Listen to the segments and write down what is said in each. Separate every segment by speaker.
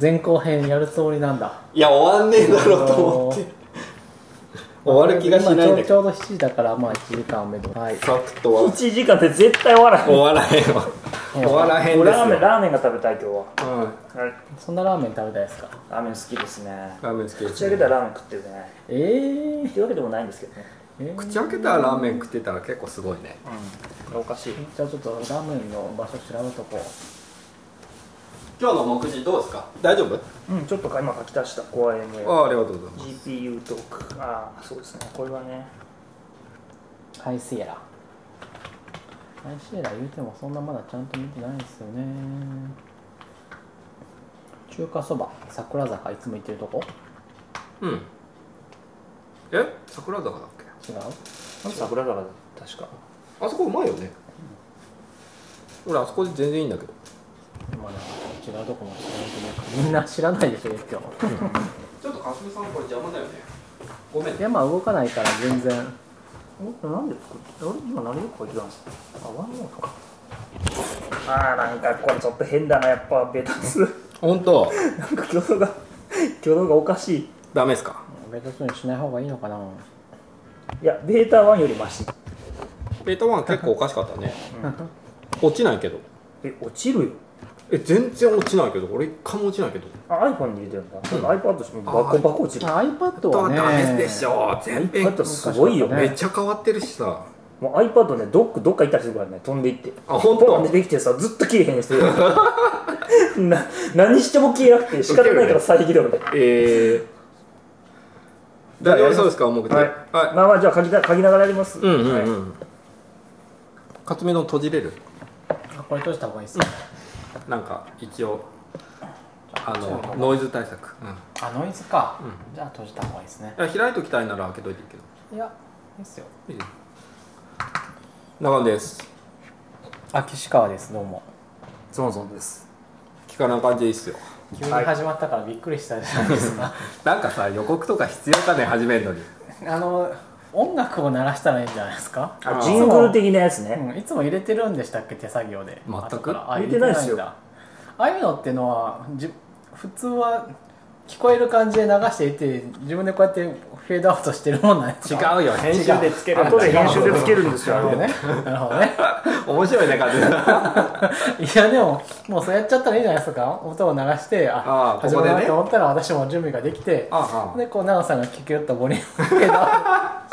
Speaker 1: 前後編やるつもりなんだ
Speaker 2: いや終わんねえだろうと思って終わる気がしないんだ
Speaker 1: 今ちょ
Speaker 2: け
Speaker 1: うち
Speaker 2: ど
Speaker 1: ょうど7時だからまあ1時間目ではい
Speaker 2: サクッと終わ
Speaker 3: 1時間で絶対終わらへん
Speaker 2: 終わらへんわ終わらへん
Speaker 3: 俺
Speaker 2: で
Speaker 3: ラーメン
Speaker 2: す
Speaker 3: ラーメンが食べたい今日は
Speaker 2: よ、うん、
Speaker 3: はい
Speaker 1: そんなラーメン食べたいですか
Speaker 3: ラーメン好きですね
Speaker 2: ラーメン好きで
Speaker 3: 口開
Speaker 2: す、
Speaker 3: け
Speaker 2: ね、
Speaker 3: たらラーメン食ってるね
Speaker 1: えー
Speaker 3: っていうわけでもないんですけどね
Speaker 1: えー
Speaker 2: 口開けたらラーメン食ってたら結構すごいね
Speaker 3: うんおかしい
Speaker 1: じゃあちょっとラーメンの場所調べとこう
Speaker 2: 今日の目次どうですか大丈夫
Speaker 3: うんちょっとか今書き足した CoreML
Speaker 2: ああありがとうございます
Speaker 3: GPU トークああそうですねこれはね
Speaker 1: ハイシエラハイシエラ言うてもそんなまだちゃんと見てないですよね中華そば桜坂いつも行ってるとこ
Speaker 2: うんえ桜坂だっけ
Speaker 1: 違う
Speaker 3: 桜坂だ確か
Speaker 2: あそこうまいよね、俺あそこで全然いいんだけど
Speaker 1: まだ違うとこも知らないけどみんな知らないでしょ今日
Speaker 2: ちょっとかすみさんこれ邪魔だよねごめん
Speaker 1: いやまあ動かないから全然
Speaker 3: おなんで作って俺今何を書いてたんですかあワンノートかああなんかこれちょっと変だなやっぱベタスな
Speaker 2: 本当
Speaker 3: んか挙動が 挙動がおかしい
Speaker 2: ダメですか
Speaker 1: ベタそうにしない方がいいのかない
Speaker 3: やベータ1よりマシ
Speaker 2: ベータ1結構おかしかったね落ちないけど
Speaker 3: え落ちるよ
Speaker 2: え全然落ちないけど俺一回も落ちないけど
Speaker 3: あ iPhone に入れてるんだ、iPad してもバコバコ落ちる
Speaker 1: iPad はね
Speaker 2: ょ全
Speaker 3: iPad すごいよ
Speaker 1: 昔はね
Speaker 2: めっちゃ変わってるしさ
Speaker 3: もう iPad ねどっかどっか行ったりするからね飛んでいって
Speaker 2: あ本当
Speaker 3: ポンってできてさずっと切れへんしてる な何しても消えなくて仕方ないから遮るみたいな
Speaker 2: えー大丈夫そうですか重くて
Speaker 3: はい、
Speaker 2: は
Speaker 3: まあまあじゃあ書きな書きながらやります、
Speaker 2: いうんうん
Speaker 3: はい
Speaker 2: うんかつめの閉じれる
Speaker 1: あこれ閉じた方がいいっすね、
Speaker 2: なんか一応あのノイズ対策、うん
Speaker 1: あノイズか、
Speaker 2: う
Speaker 1: じゃあ閉じた方がいいですね
Speaker 2: いや開いときたいなら開けといていいけど
Speaker 1: いやいいっすよ
Speaker 2: いいよ中野です
Speaker 1: あ岸川ですどうも
Speaker 3: ゾンゾンです
Speaker 2: 聞かない感じでいいっすよ
Speaker 1: 急に始まったからびっくりしたじゃないですか、
Speaker 2: なんかさ予告とか必要かね始めるのに
Speaker 1: あの音楽を鳴らしたらいいんじゃないですか
Speaker 2: あ
Speaker 3: あジングル的なやつね
Speaker 1: うんいつも入れてるんでしたっけ手作業で
Speaker 2: 全く
Speaker 1: 後からあ
Speaker 3: 入れてないっす
Speaker 1: 入れん
Speaker 3: よ
Speaker 1: だああいうのってのはじ普通は聞こえる感じで流していて自分でこうやってフェードアウトしてるもんなんです
Speaker 2: 違
Speaker 1: か
Speaker 2: うよ編集でつける
Speaker 3: 後で編集でつけるんです
Speaker 1: なるほ
Speaker 3: よ
Speaker 1: どねなるほどね
Speaker 2: 面白いね感 じ
Speaker 1: いやでももうそうやっちゃったらいいじゃないですか音を鳴らしてあ
Speaker 2: ああ
Speaker 1: 始まる
Speaker 2: ここで
Speaker 1: な
Speaker 2: ね
Speaker 1: と思ったら私も準備ができて
Speaker 2: あ
Speaker 1: でこう奈緒さんが聞きよったボリュームフェードアウ
Speaker 2: あ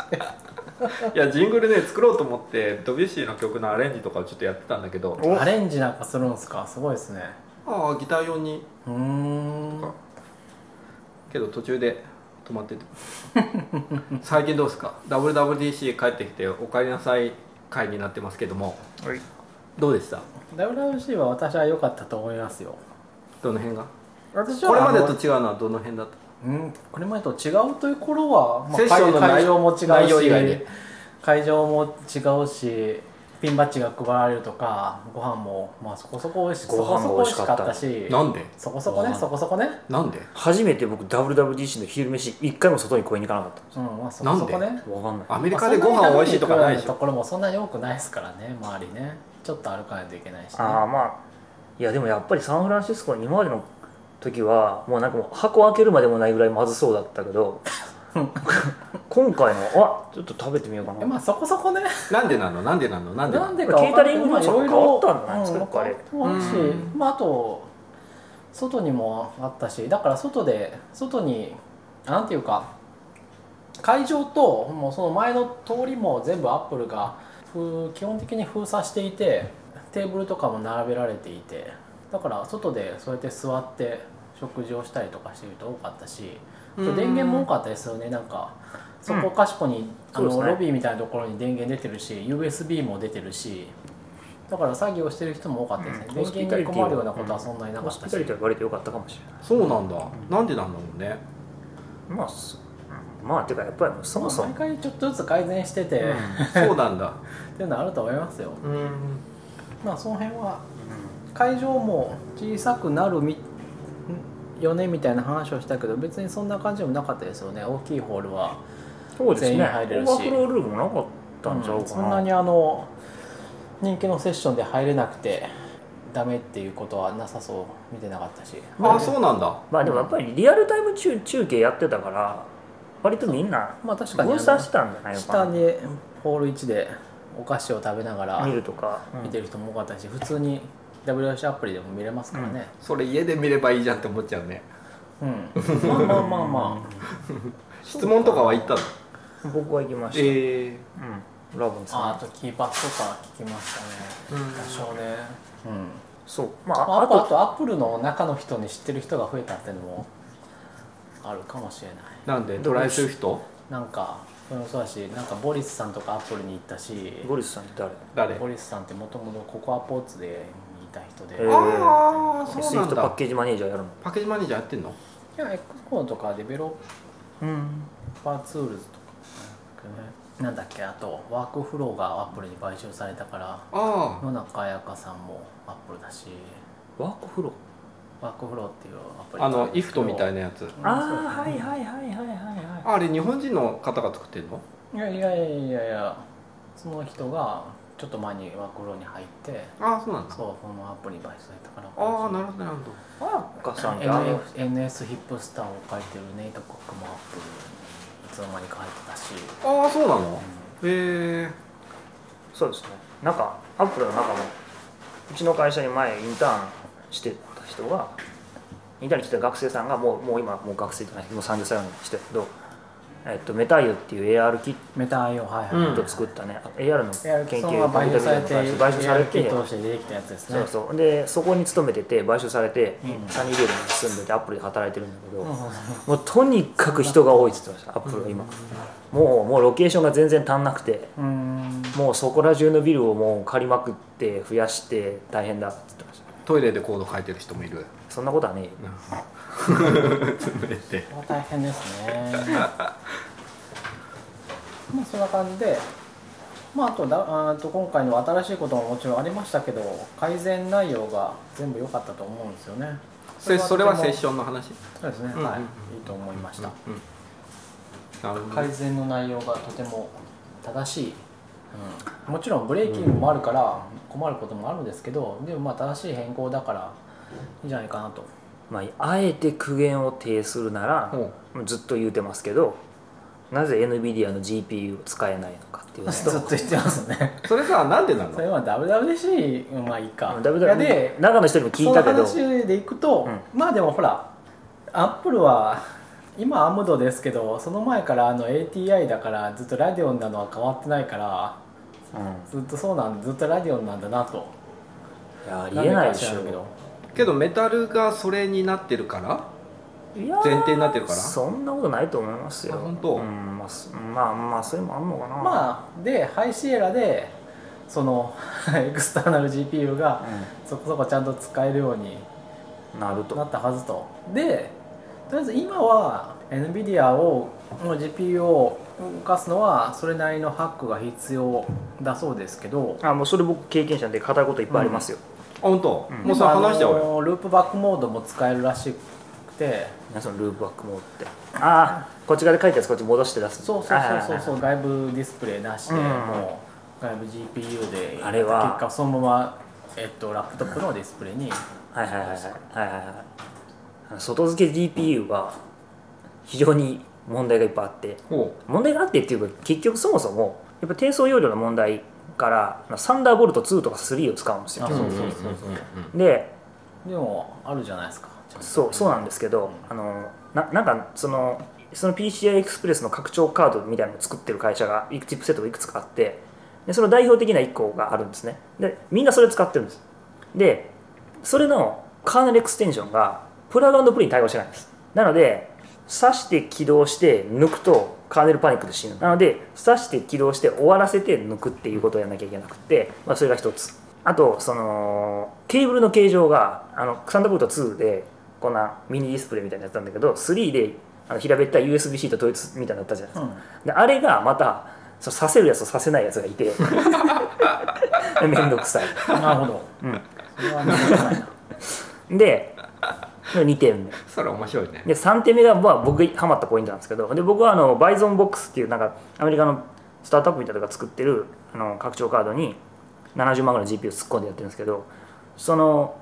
Speaker 2: いやジングルね作ろうと思ってドビュッシーの曲のアレンジとかをちょっとやってたんだけど
Speaker 3: お
Speaker 1: トアレンジなんかするんですかすごいですね
Speaker 2: ああギター用に
Speaker 1: うーん
Speaker 2: とかけど途中で止まって て最近どうですか WWDC 帰ってきてお帰りなさい会になってますけども
Speaker 3: はい
Speaker 2: どうでした
Speaker 1: WWC は私は良かったと思いますよ
Speaker 2: どの辺が
Speaker 1: 私は
Speaker 2: これまで
Speaker 1: あ
Speaker 2: と
Speaker 1: の
Speaker 2: 違うのはどの辺だった
Speaker 1: うんこれまでと違うという頃は、まあ
Speaker 2: セッションの
Speaker 1: 会
Speaker 2: 内
Speaker 1: 会場も違うし
Speaker 2: 内容以外で
Speaker 1: 会場も違うしピンバッジが配られるとかご飯もまあそこそこ美味しそ
Speaker 3: ご
Speaker 1: こ
Speaker 3: 飯
Speaker 1: そこ
Speaker 3: も美
Speaker 1: 美
Speaker 3: 味
Speaker 1: 味
Speaker 3: し
Speaker 1: し
Speaker 3: か
Speaker 1: か
Speaker 3: った
Speaker 1: ったし
Speaker 2: なんで
Speaker 1: そこそこねそこそこね
Speaker 2: なんで
Speaker 3: 初めて僕 WWDC の昼飯一回も外に声に行かなかっ
Speaker 1: うんまあそこそこ
Speaker 2: なん
Speaker 1: ね
Speaker 3: たわかんない
Speaker 2: アメリカでご飯美味しいとかないでし
Speaker 1: まあそんなに食べに行くようなと
Speaker 2: ょ
Speaker 1: ころもそんなに多くないですからね周りねちょっと歩かないといけないしね
Speaker 3: ああまあいやでもやっぱりサンフランシスコに今までの時はもうなんかもう箱開けるまでもないぐらいまずそうだったけど 今回のあちょっと食べてみようか
Speaker 1: え
Speaker 3: な、
Speaker 1: まあそこそこね
Speaker 2: なんでなのなんでなのなんでな
Speaker 1: なん
Speaker 2: の
Speaker 1: でかわかんない
Speaker 3: ケータリングもちょっと変わったんじゃないですか
Speaker 1: うん
Speaker 3: なんかあれ
Speaker 1: 変わったし
Speaker 2: うん
Speaker 1: まああと外にもあったしだから外で外になんていうか会場ともうその前の通りも全部アップルがふう基本的に封鎖していてテーブルとかも並べられていてだから外でそうやって座って食事をしたりとかしてる人多かったしあと電源も多かったですよねなんかそこかしこに、あ
Speaker 3: そうです
Speaker 1: の
Speaker 3: ね
Speaker 1: ロビーみたいなところに電源出てるし USB も出てるしだから作業してる人も多かったですね、
Speaker 3: うん
Speaker 1: 電源に困るようなことはそんなになか
Speaker 3: ホ
Speaker 1: っ
Speaker 3: ス
Speaker 1: た
Speaker 3: ピ
Speaker 1: し、
Speaker 3: タリティは割と良かったかもしれな
Speaker 2: そうなんだなんでなんだろう ね
Speaker 3: いまあそまあてかやっぱりそもそ
Speaker 1: 毎
Speaker 3: も
Speaker 1: 回ちょっとずつ改善してて、
Speaker 2: そうなんだ
Speaker 1: っていうのはあると思いますよ
Speaker 2: うん
Speaker 1: まあその辺は会場も小さくなるみよねみたいな話をしたけど別にそんな感じでもなかったですよね大きいホールは
Speaker 3: そうです
Speaker 1: 全
Speaker 3: ね
Speaker 1: 員
Speaker 3: オ
Speaker 1: 入れ
Speaker 3: ー
Speaker 1: るし
Speaker 3: バーフロールームもなかったんちゃう
Speaker 1: そん
Speaker 3: か
Speaker 1: な
Speaker 3: な
Speaker 1: にあの人気のセッションで入れなくてダメっていうことはなさそう見てなかったし
Speaker 2: ああそうなんだ
Speaker 3: まあでもやっぱりリアルタイム中中継やってたから割とみんな
Speaker 1: まあ確かにあ
Speaker 3: 分
Speaker 1: の
Speaker 3: 散してたんじゃないの
Speaker 1: 下
Speaker 3: かな
Speaker 1: でホール1でお菓子を食べながら
Speaker 3: 見るとか、うん
Speaker 1: 見てる人も多かったし普通に WC アプリでも見れますからね
Speaker 2: それ家で見ればいいじゃんって思っちゃうね
Speaker 1: うん、まあまあまあま
Speaker 2: 質問とかは言ったの
Speaker 3: 僕は行きました、
Speaker 2: え
Speaker 3: うん、ラボン
Speaker 1: あああ
Speaker 3: さ
Speaker 1: とキーパスとか聞きましたね
Speaker 2: えー、
Speaker 1: 多少ねうん
Speaker 3: んそうま
Speaker 1: まあ
Speaker 3: あ
Speaker 1: あ
Speaker 3: あ
Speaker 1: とあ
Speaker 3: と
Speaker 1: とアップルの中の人に知ってる人が増えたっていうのもあるかもしれない
Speaker 2: なんでトライする人
Speaker 1: なんかそれもそうだしなんかボリスさんとかアップルに行ったし
Speaker 3: ゴリスさんって誰
Speaker 2: 誰
Speaker 1: ボリスさんってもともとココアポーツでいた人で、
Speaker 3: へー
Speaker 2: ああそう
Speaker 3: スイ
Speaker 2: な
Speaker 3: フ
Speaker 2: ん
Speaker 3: トパ
Speaker 2: だ
Speaker 3: ッケージマネージャーやるの
Speaker 2: パッケージマネージャーやってんの
Speaker 1: いや X コードとかデベロッ
Speaker 3: うん
Speaker 1: パーツールズとかなんだっけねなんだっけあとワークフローがアップルに買収されたから
Speaker 2: ああ
Speaker 1: 野中彩香さんもアップルだし
Speaker 3: ワークフロー
Speaker 1: ワークフローっていうアプリ
Speaker 2: あのイフトみたい
Speaker 1: な
Speaker 2: なやつ
Speaker 3: ああはいはいはいはいはいは
Speaker 2: ああれ日本人の方が作ってんの
Speaker 1: いやいやいやいやいやその人がちょっと前にワークフローに入って
Speaker 2: ああそうなんだ
Speaker 1: そうこのアプリに買収されたから
Speaker 2: ああなるほどなるほど
Speaker 3: いあやかさんってあ
Speaker 1: NF
Speaker 3: の
Speaker 1: NS ヒップスターを書いてるネイト・コックもアップルにいつの間にか入ってたし、
Speaker 2: ああそうなの
Speaker 1: う
Speaker 2: へえ
Speaker 3: そうですねなんかアップルの中もうちの会社に前インターンしてた人がインターンに来てた学生さんがもうもう今もう学生じゃないもう30歳ぐらいにしてるけど、えっと、メタイオっていう AR キッ
Speaker 1: メタ IO はいはい、
Speaker 2: うん
Speaker 3: トを作ったね、AR の
Speaker 1: エアルキ
Speaker 3: 研
Speaker 1: ソ
Speaker 3: 究
Speaker 1: ンが買収されて
Speaker 3: 買収されて
Speaker 1: エアルキットとして出てきたやつですね
Speaker 3: そうそうでそこに勤めてて買収されて、
Speaker 1: うん
Speaker 3: サニーデールに住んでてアップルで働いてるんだけど、
Speaker 1: うんうんうん
Speaker 3: もうとにかく人が多いって言ってましたアップルは今、もうもうロケーションが全然足んなくて
Speaker 1: うーん
Speaker 3: もうそこら中のビルをもう借りまくって増やして大変だって言ってました
Speaker 2: トイレでコード書いてる人もい る
Speaker 3: そんなことはねえよ
Speaker 2: 潰れて
Speaker 1: これは大変ですね まあそんな感じでまああとだあーと今回の新しいことももちろんありましたけど改善内容が全部良かったと思うんですよね
Speaker 2: それそれはセ
Speaker 1: ョ
Speaker 2: ッ
Speaker 1: ン
Speaker 2: ションの話
Speaker 1: そうですね、
Speaker 2: うんうん
Speaker 1: はい
Speaker 2: うん
Speaker 1: いいと思いました、
Speaker 2: うんなるほど
Speaker 1: 改
Speaker 2: ね
Speaker 1: 善の内容がとても正しい、うんもちろんブレーキングもあるから困ることもあるんですけどでもまあ正しい変更だからいいんじゃないかなと
Speaker 3: まあ、あえて苦言を呈するなら、ずっと言うてますけどなぜ NVIDIA の GPU を使えないのかっていうの
Speaker 1: ずっと言ってますね
Speaker 2: それさなんでな
Speaker 1: そ
Speaker 2: の
Speaker 1: れは WWDC まあいいか
Speaker 3: だ
Speaker 1: いやで
Speaker 3: 長野人にも聞いたけど
Speaker 1: その話でいくと、
Speaker 3: う
Speaker 1: まあでもほらアップルは今アムドですけどその前からあの ATI だからずっとラディオンなのは変わってないから
Speaker 3: うん
Speaker 1: ずっとそうなんずっとラディオンなんだなと
Speaker 3: いやありえないでし
Speaker 1: んか
Speaker 3: ょ
Speaker 1: 知らんけど
Speaker 2: けどメタルがそれになってるから
Speaker 3: いやー
Speaker 2: 前提になってるから
Speaker 3: そんなことないと思いますよ
Speaker 2: あ本当
Speaker 3: うんまあ、すまあまあそれもあんのかな
Speaker 1: まあでハイシエラでその エクスターナル GPU がそこそこちゃんと使えるように
Speaker 3: うん、なると
Speaker 1: なったはずとでとりあえず今は NVIDIA をの GPU を動かすのはそれなりのハックが必要だそうですけど
Speaker 3: あもうそれ僕経験者で語ることいっぱいありますよ、
Speaker 2: あ本当、
Speaker 3: うん
Speaker 2: もうそれ話しちゃおう
Speaker 1: あ
Speaker 2: よ
Speaker 1: のループバックモードも使えるらしくて
Speaker 3: 何そのループバックモードってああこっち側で書いたやつこっち戻して出す
Speaker 1: そうそうそうそう
Speaker 3: う
Speaker 1: そう外部ディスプレイなしで、
Speaker 3: うん
Speaker 1: もう外部 GPU で
Speaker 3: あれは
Speaker 1: 結果そのまま、えっと、ラップトップのディスプレイに
Speaker 3: はいはいはいはいはいはいはいあの外付け GPU は非常に問題がいっぱいあって
Speaker 2: ほ
Speaker 3: 問題があってっていうか結局そもそもやっぱ低層容量の問題からまあサンダーボルト2とか3を使うんですよ
Speaker 1: あ
Speaker 2: う
Speaker 1: そうそうそうそうん
Speaker 2: んん
Speaker 3: で
Speaker 1: でもあるじゃないですか
Speaker 3: そうそうなんですけどあのななんかそのその PCI エクスプレスの拡張カードみたいなのを作ってる会社がいくチップセットがいくつかあってでその代表的な1個があるんですねでみんなそれ使ってるんですでそれのカーネルエクステンションがプラグアンドプレイに対応してないんですなので刺して起動して抜くとカーネルパニックで死ぬなので刺して起動して終わらせて抜くっていうことをやらなきゃいけなくて、まあ、それが一つあとそのケーブルの形状があのサンダーボルト2でこんなミニディスプレイみたいなやつなんだけど3であの平べったい USB-C と統一みたいなのだったじゃないですか、
Speaker 1: うん
Speaker 3: であれがまたその刺せるやつと刺せないやつがいて めんどくさい
Speaker 1: なるほど、
Speaker 3: うん
Speaker 1: それはなかなかないな
Speaker 3: で2点目
Speaker 2: それ面白いね
Speaker 3: で3点目がまあ僕がハマったポイントなんですけどで僕はあのバイゾンボックスっていうなんかアメリカのスタートアップみたいなのが作ってるあの拡張カードに70万ぐらいの GPU 突っ込んでやってるんですけどその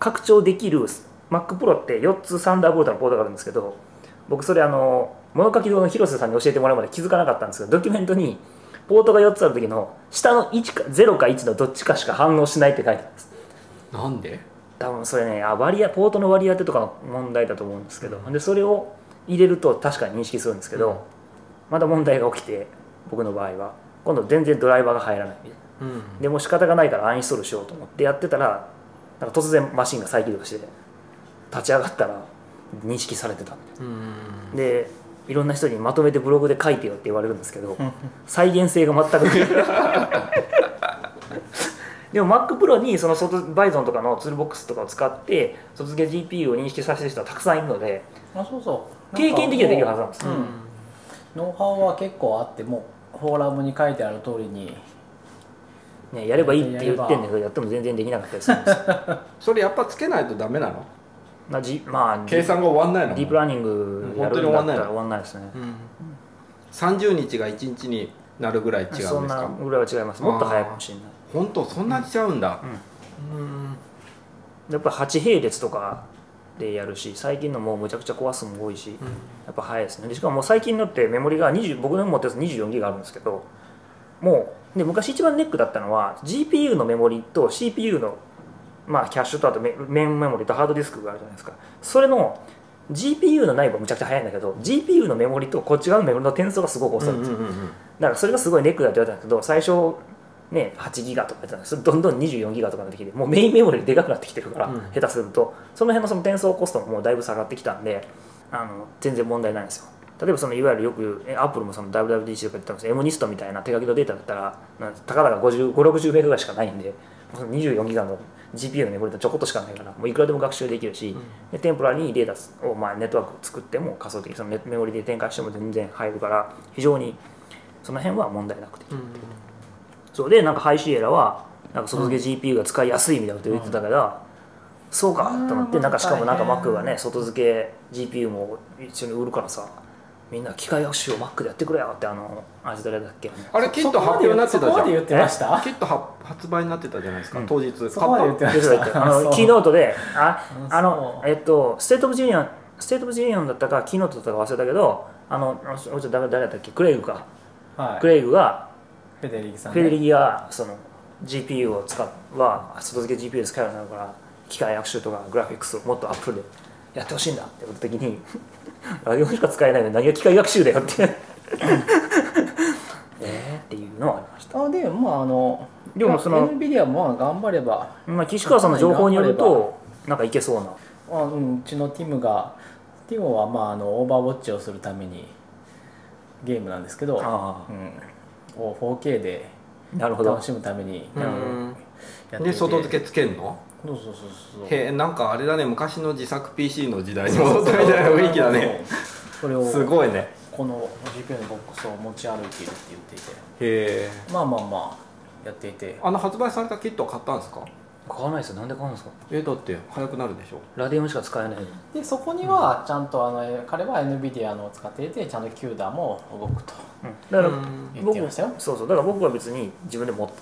Speaker 3: 拡張できる MacPro って4つサンダーボルトのポートがあるんですけど僕それあの物書き堂の広瀬さんに教えてもらうまで気づかなかったんですけどドキュメントにポートが4つある時の下の1か0か1のどっちかしか反応しないって書いてあるんです
Speaker 2: なんで
Speaker 3: 多分それねあ割合ポートの割り当てとかの問題だと思うんですけど、でそれを入れると確かに認識するんですけど、
Speaker 2: うん
Speaker 3: まだ問題が起きて僕の場合は今度全然ドライバーが入らないみたいな
Speaker 2: うん
Speaker 3: でもう仕方がないからアンインストールしようと思ってやってたらなんか突然マシンが再起動して立ち上がったら認識されてたんで
Speaker 2: うん
Speaker 3: でいろんな人にまとめてブログで書いてよって言われるんですけど
Speaker 1: ん
Speaker 3: 再現性が全くない でも MacPro にその外バイゾンとかのツールボックスとかを使って卒業 GPU を認識させる人はたくさんいるので
Speaker 1: あそうそう
Speaker 3: 経験的にはできるはずなんです
Speaker 1: うノウハウは結構あってもうフォーラムに書いてある通りに
Speaker 3: ね、やればいいって言ってんだけどやっても全然できなかったりす るんですよ
Speaker 2: それやっぱつけないとダメなの
Speaker 3: まあじまあ
Speaker 2: 計算が終わんないの
Speaker 3: ディープラーニングやるんだったら終わんないですね
Speaker 2: うん30日が1日になるぐらい違うんです
Speaker 3: そんな
Speaker 2: か
Speaker 3: ぐらいは違いますもっと早いかもしれない
Speaker 2: 本当そんなにちゃうんだうん
Speaker 3: やっぱ8並列とかでやるし最近のもうむちゃくちゃ壊すも多いしやっぱ早いですねでしかももう最近のってメモリが20僕の持ってるやつ24ギガあるんですけどもうで昔一番ネックだったのは GPU のメモリと CPU のまあキャッシュとあとメメインメモリとハードディスクがあるじゃないですかそれの GPU の内部はむちゃくちゃ早いんだけど GPU のメモリとこっち側のメモリの転送がすごく遅いんですよ、
Speaker 2: うんうんうんうん
Speaker 3: だからそれがすごいネックだって言われたんですけど最初ね8ギガとかやってたんですけどどんどん24ギガとかになってきてもうメインメモリでかくなってきてるから、
Speaker 2: うん
Speaker 3: 下手するとその辺のその転送コストももうだいぶ下がってきたんであの全然問題ないんですよ例えばそのいわゆるよくえアップルもその WWDC とか言ってたんですけど M ニストみたいな手書きのデータだったらなんたかだか560メガぐらいしかないんでその24ギガの GPU のメモリとちょこっとしかないからもういくらでも学習できるし、でテンポラリーにデータを、まあ、ネットワークを作っても仮想的そのネメモリで展開しても全然入るから非常にその辺は問題なくてそうでなんかハイシエラはなんか外付け GPU が使いやすいみたいなこと言ってたから、そうかと思って
Speaker 1: あー
Speaker 3: なんかしかもなんか
Speaker 1: まあ
Speaker 3: Mac がね外付け GPU も一緒に売るからさみんな機械学習を Mac でやってくれよってあのあれ誰だっけ
Speaker 2: あれキット発表になってたじ
Speaker 1: そこまで
Speaker 2: ゃ
Speaker 1: 言ってました
Speaker 2: んキットは発売になってたじゃないですか
Speaker 3: うん
Speaker 2: 当日買っ
Speaker 1: そこまで言って
Speaker 2: た
Speaker 1: ま
Speaker 3: どうしたっ
Speaker 1: し
Speaker 3: け
Speaker 1: た
Speaker 3: あのキーノートであ
Speaker 1: あ
Speaker 3: あの
Speaker 1: そう
Speaker 3: えっとステート・オブ・ジュニアステート・オブ・ジュニアだったかキーノートだったか忘れたけどあのあちょっと誰だったっけクレイグか、
Speaker 1: はい
Speaker 3: クレイグが
Speaker 1: フェデリギさん
Speaker 3: フェデリ
Speaker 1: ギ
Speaker 3: ギがその GPU を使うは外付け GPU を使うようになるから機械学習とかグラフィックスをもっとアップルでやってほしいんだってこと時に ラジオしか使えないのに何が機械学習だよって えーっていうのはありました
Speaker 1: あでまああの
Speaker 3: でもその
Speaker 1: NVIDIA もまあ頑張れば
Speaker 3: まあ岸川さんの情報によるとなんかいけそうな
Speaker 1: あうんうちのティムがティムはまああのオーバーウォッチをするためにゲームなんですけど、
Speaker 3: あ
Speaker 1: うん、を 4K で
Speaker 3: あなるほど
Speaker 1: 楽しむために
Speaker 2: う
Speaker 1: やって
Speaker 2: ん
Speaker 1: いて
Speaker 2: で外付けつけんの
Speaker 1: そうそうそうそう
Speaker 2: へえなんかあれだね昔の自作 PC の時代に戻ったみたいな雰囲気だね
Speaker 1: そうそうそうそ
Speaker 2: す
Speaker 1: れを
Speaker 2: ごいね
Speaker 1: この GPU のボックスを持ち歩いているって言っていて
Speaker 2: へえ
Speaker 1: まあまあまあやっていて
Speaker 2: あの発売されたキットは買ったんですか
Speaker 3: 買わないですよなんで買うんですか
Speaker 2: えだって早くなるでしょ
Speaker 3: ラディウムしか使えない
Speaker 1: でそこにはちゃんとあの彼は NVIDIA のを使っていてちゃんと CUDA も動くと
Speaker 3: だから
Speaker 2: うん
Speaker 1: 言って
Speaker 3: 僕
Speaker 1: ましたよ
Speaker 3: そうそうだから僕は別に自分で持って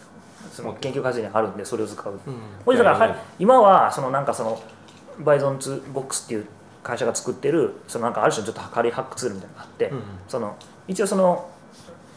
Speaker 3: その
Speaker 2: 持って
Speaker 3: 研究開発にあるんでそれを使う
Speaker 2: うん
Speaker 3: ほいだから
Speaker 2: な
Speaker 3: は
Speaker 2: る
Speaker 3: い
Speaker 2: ほど
Speaker 3: 今はそのなんかそのバイゾンツボックスっていう会社が作ってるそのなんかある種のちょっと軽いハックツールみたいなのがあって、
Speaker 2: うん
Speaker 3: その一応その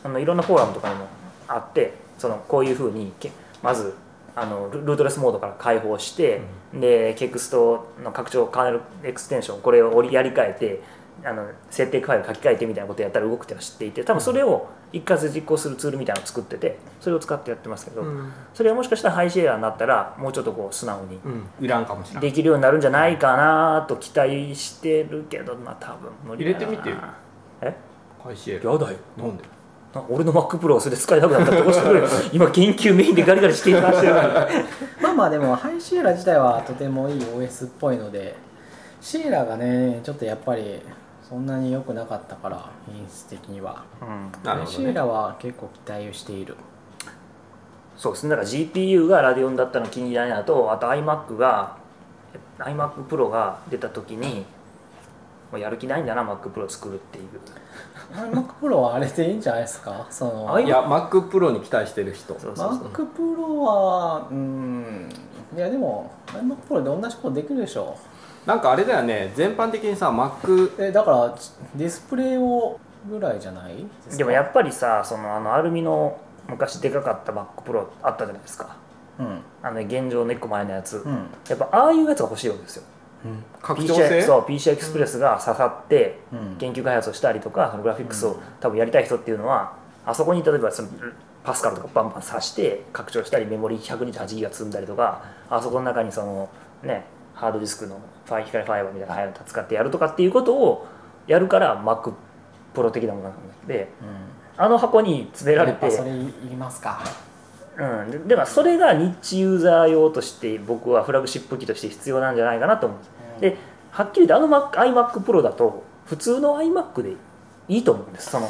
Speaker 3: あのいろんなフォーラムとかにもあってそのこういうふうにけまずあのルルートレスモードから解放して、でケクストの拡張カーネルエクステンションこれを折りやり替えてあの設定ファイル書き換えてみたいなことやったら動くっていうのは知っていて多分それを一括で実行するツールみたいなのを作っててそれを使ってやってますけど、
Speaker 2: うん
Speaker 3: それはもしかしたらハイシェアになったらもうちょっとこう素直に
Speaker 2: うんいらんかもしれない
Speaker 3: できるようになるんじゃないかなと期待してるけどまあ多分無理だな
Speaker 2: 入れてみてよ
Speaker 3: え
Speaker 2: 開始や
Speaker 3: やだよ
Speaker 2: なんで
Speaker 3: な俺の MacPro はそれで使えなくなったらどうしてくれる 今研究メインでガリガリしていたしてるのに
Speaker 1: まあまあでもハイシエラ自体はとてもいい OS っぽいのでシエラがねちょっとやっぱりそんなに良くなかったから品質的には、
Speaker 3: うん
Speaker 2: なるほ
Speaker 1: シ
Speaker 2: ど
Speaker 1: エ
Speaker 2: ね
Speaker 1: ラは結構期待をしている
Speaker 3: そうですねだから GPU がラディオンだったの気に入らないのとあと iMac が iMacPro が出た時にもうやる気ないんだな MacPro 作るっていう
Speaker 1: あ MacPro はあれでいいんじゃないですかその
Speaker 3: あい
Speaker 2: いや MacPro に期待してる人
Speaker 3: そうそうそう
Speaker 1: MacPro はうんいやでも iMac Pro で同じことできるでしょ
Speaker 2: なんかあれだよね全般的にさ Mac
Speaker 1: えだからディスプレイをぐらいじゃないですか
Speaker 3: でもやっぱりさそのあのアルミの昔でかかった MacPro あったじゃないですか
Speaker 1: うん
Speaker 3: あのね現状の1個前のやつ、
Speaker 1: うん
Speaker 3: やっぱああいうやつが欲しいわけですよ
Speaker 2: 拡張
Speaker 3: PCI
Speaker 2: 性
Speaker 3: そう PCI エクスプレスが刺さって
Speaker 1: うん
Speaker 3: 研究開発をしたりとかそのグラフィックスを多分やりたい人っていうのはあそこに例えばそのパスカルとかバンバン刺して拡張したりメモリ128ギガ積んだりとかあそこの中にそのねハードディスクのファイ光ファイバーみたいな速いの使ってやるとかっていうことをやるから MacPro 的なものなんで
Speaker 1: うん
Speaker 3: あの箱に詰めら
Speaker 1: やっ
Speaker 3: れ
Speaker 1: ぱ
Speaker 3: て
Speaker 1: それ言いますか
Speaker 3: うん、ででもそれがニッチユーザー用として僕はフラグシップ機として必要なんじゃないかなと思うんです、ではっきり言ってあの Mac- iMac Pro だと普通の iMac でいいと思うんですその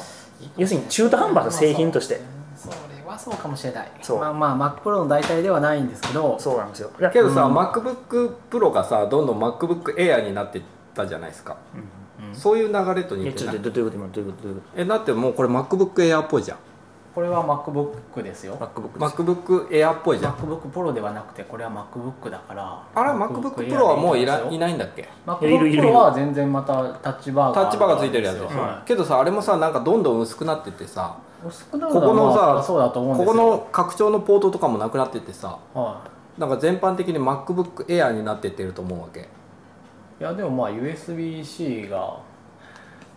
Speaker 3: 要するに中途半端な製品として
Speaker 1: それはそうかもしれない
Speaker 3: そう
Speaker 1: まあまあ MacPro の代替ではないんですけど
Speaker 3: そうなんですよだ
Speaker 2: けどさ、
Speaker 1: うん
Speaker 2: MacBook Pro がさどんどん MacBook Air になってったじゃないですか、
Speaker 1: うん
Speaker 2: そういう流れと
Speaker 3: いや
Speaker 2: 似て
Speaker 3: ちょ
Speaker 2: な
Speaker 3: っ
Speaker 2: い
Speaker 3: とどどういうこと今どういうことどういうこ
Speaker 2: えだってもうこれ MacBook Air っぽいじゃん
Speaker 1: これは MacBook ですよ
Speaker 3: と MacBook です
Speaker 2: MacBook Air っぽいじゃん
Speaker 1: MacBook Pro ではなくてこれは MacBook だから
Speaker 2: あれ MacBook Pro はもういらいないんだっけ
Speaker 3: いやい
Speaker 1: MacBook
Speaker 3: るいるいる
Speaker 1: Pro は全然またタッチバーが
Speaker 2: タッチバーがついてるやつ、
Speaker 1: あんですよ
Speaker 2: うん
Speaker 1: は
Speaker 2: けどさあれもさなんかどんどん薄くなってってさ
Speaker 1: い薄くなるの
Speaker 2: こ
Speaker 1: は
Speaker 2: このさ
Speaker 1: まあそうだと思うん
Speaker 2: こ
Speaker 1: です
Speaker 2: こ
Speaker 1: よ
Speaker 2: の拡張のポートとかもなくなってってさ
Speaker 1: は
Speaker 2: なんか全般的に MacBook Air になってってると思うわけ
Speaker 1: い、いやでもまあ USB-C が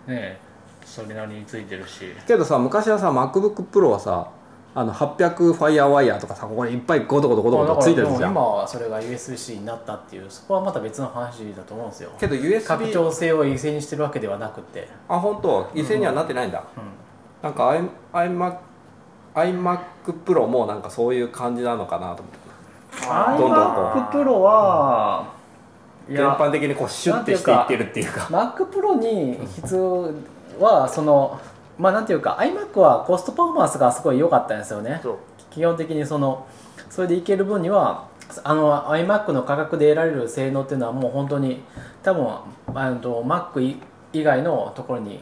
Speaker 1: ねそれなりについてるし
Speaker 2: けどさ昔はさ MacBook Pro はさあの 800FireWire とかさここにいっぱいゴトゴトゴトゴ
Speaker 1: だ
Speaker 2: ト
Speaker 1: から
Speaker 2: ついてる
Speaker 1: でも
Speaker 2: じゃん
Speaker 1: 今はそれが USB-C になったっていうそこはまた別の話だと思うんですよ
Speaker 2: けど
Speaker 1: 拡
Speaker 2: USB
Speaker 1: 張性を優先にしてるわけではなくて、
Speaker 2: あ本当異性にはなってないんだ、
Speaker 1: うん
Speaker 2: なんか i- iMac iMacPro もなんかそういう感じなのかなと思ってどんどんこう
Speaker 1: iMac Pro は、い
Speaker 2: 全
Speaker 1: や
Speaker 2: 般的にこうシュッてしていってるっていうか
Speaker 1: Mac Pro に必要はそのまあなんていうか iMac はコストパフォーマンスがすごい良かったんですよね
Speaker 3: そう
Speaker 1: 基本的にそのそれでいける分にはあの iMac の価格で得られる性能っていうのはもう本当に多分あの Mac 以以外のところに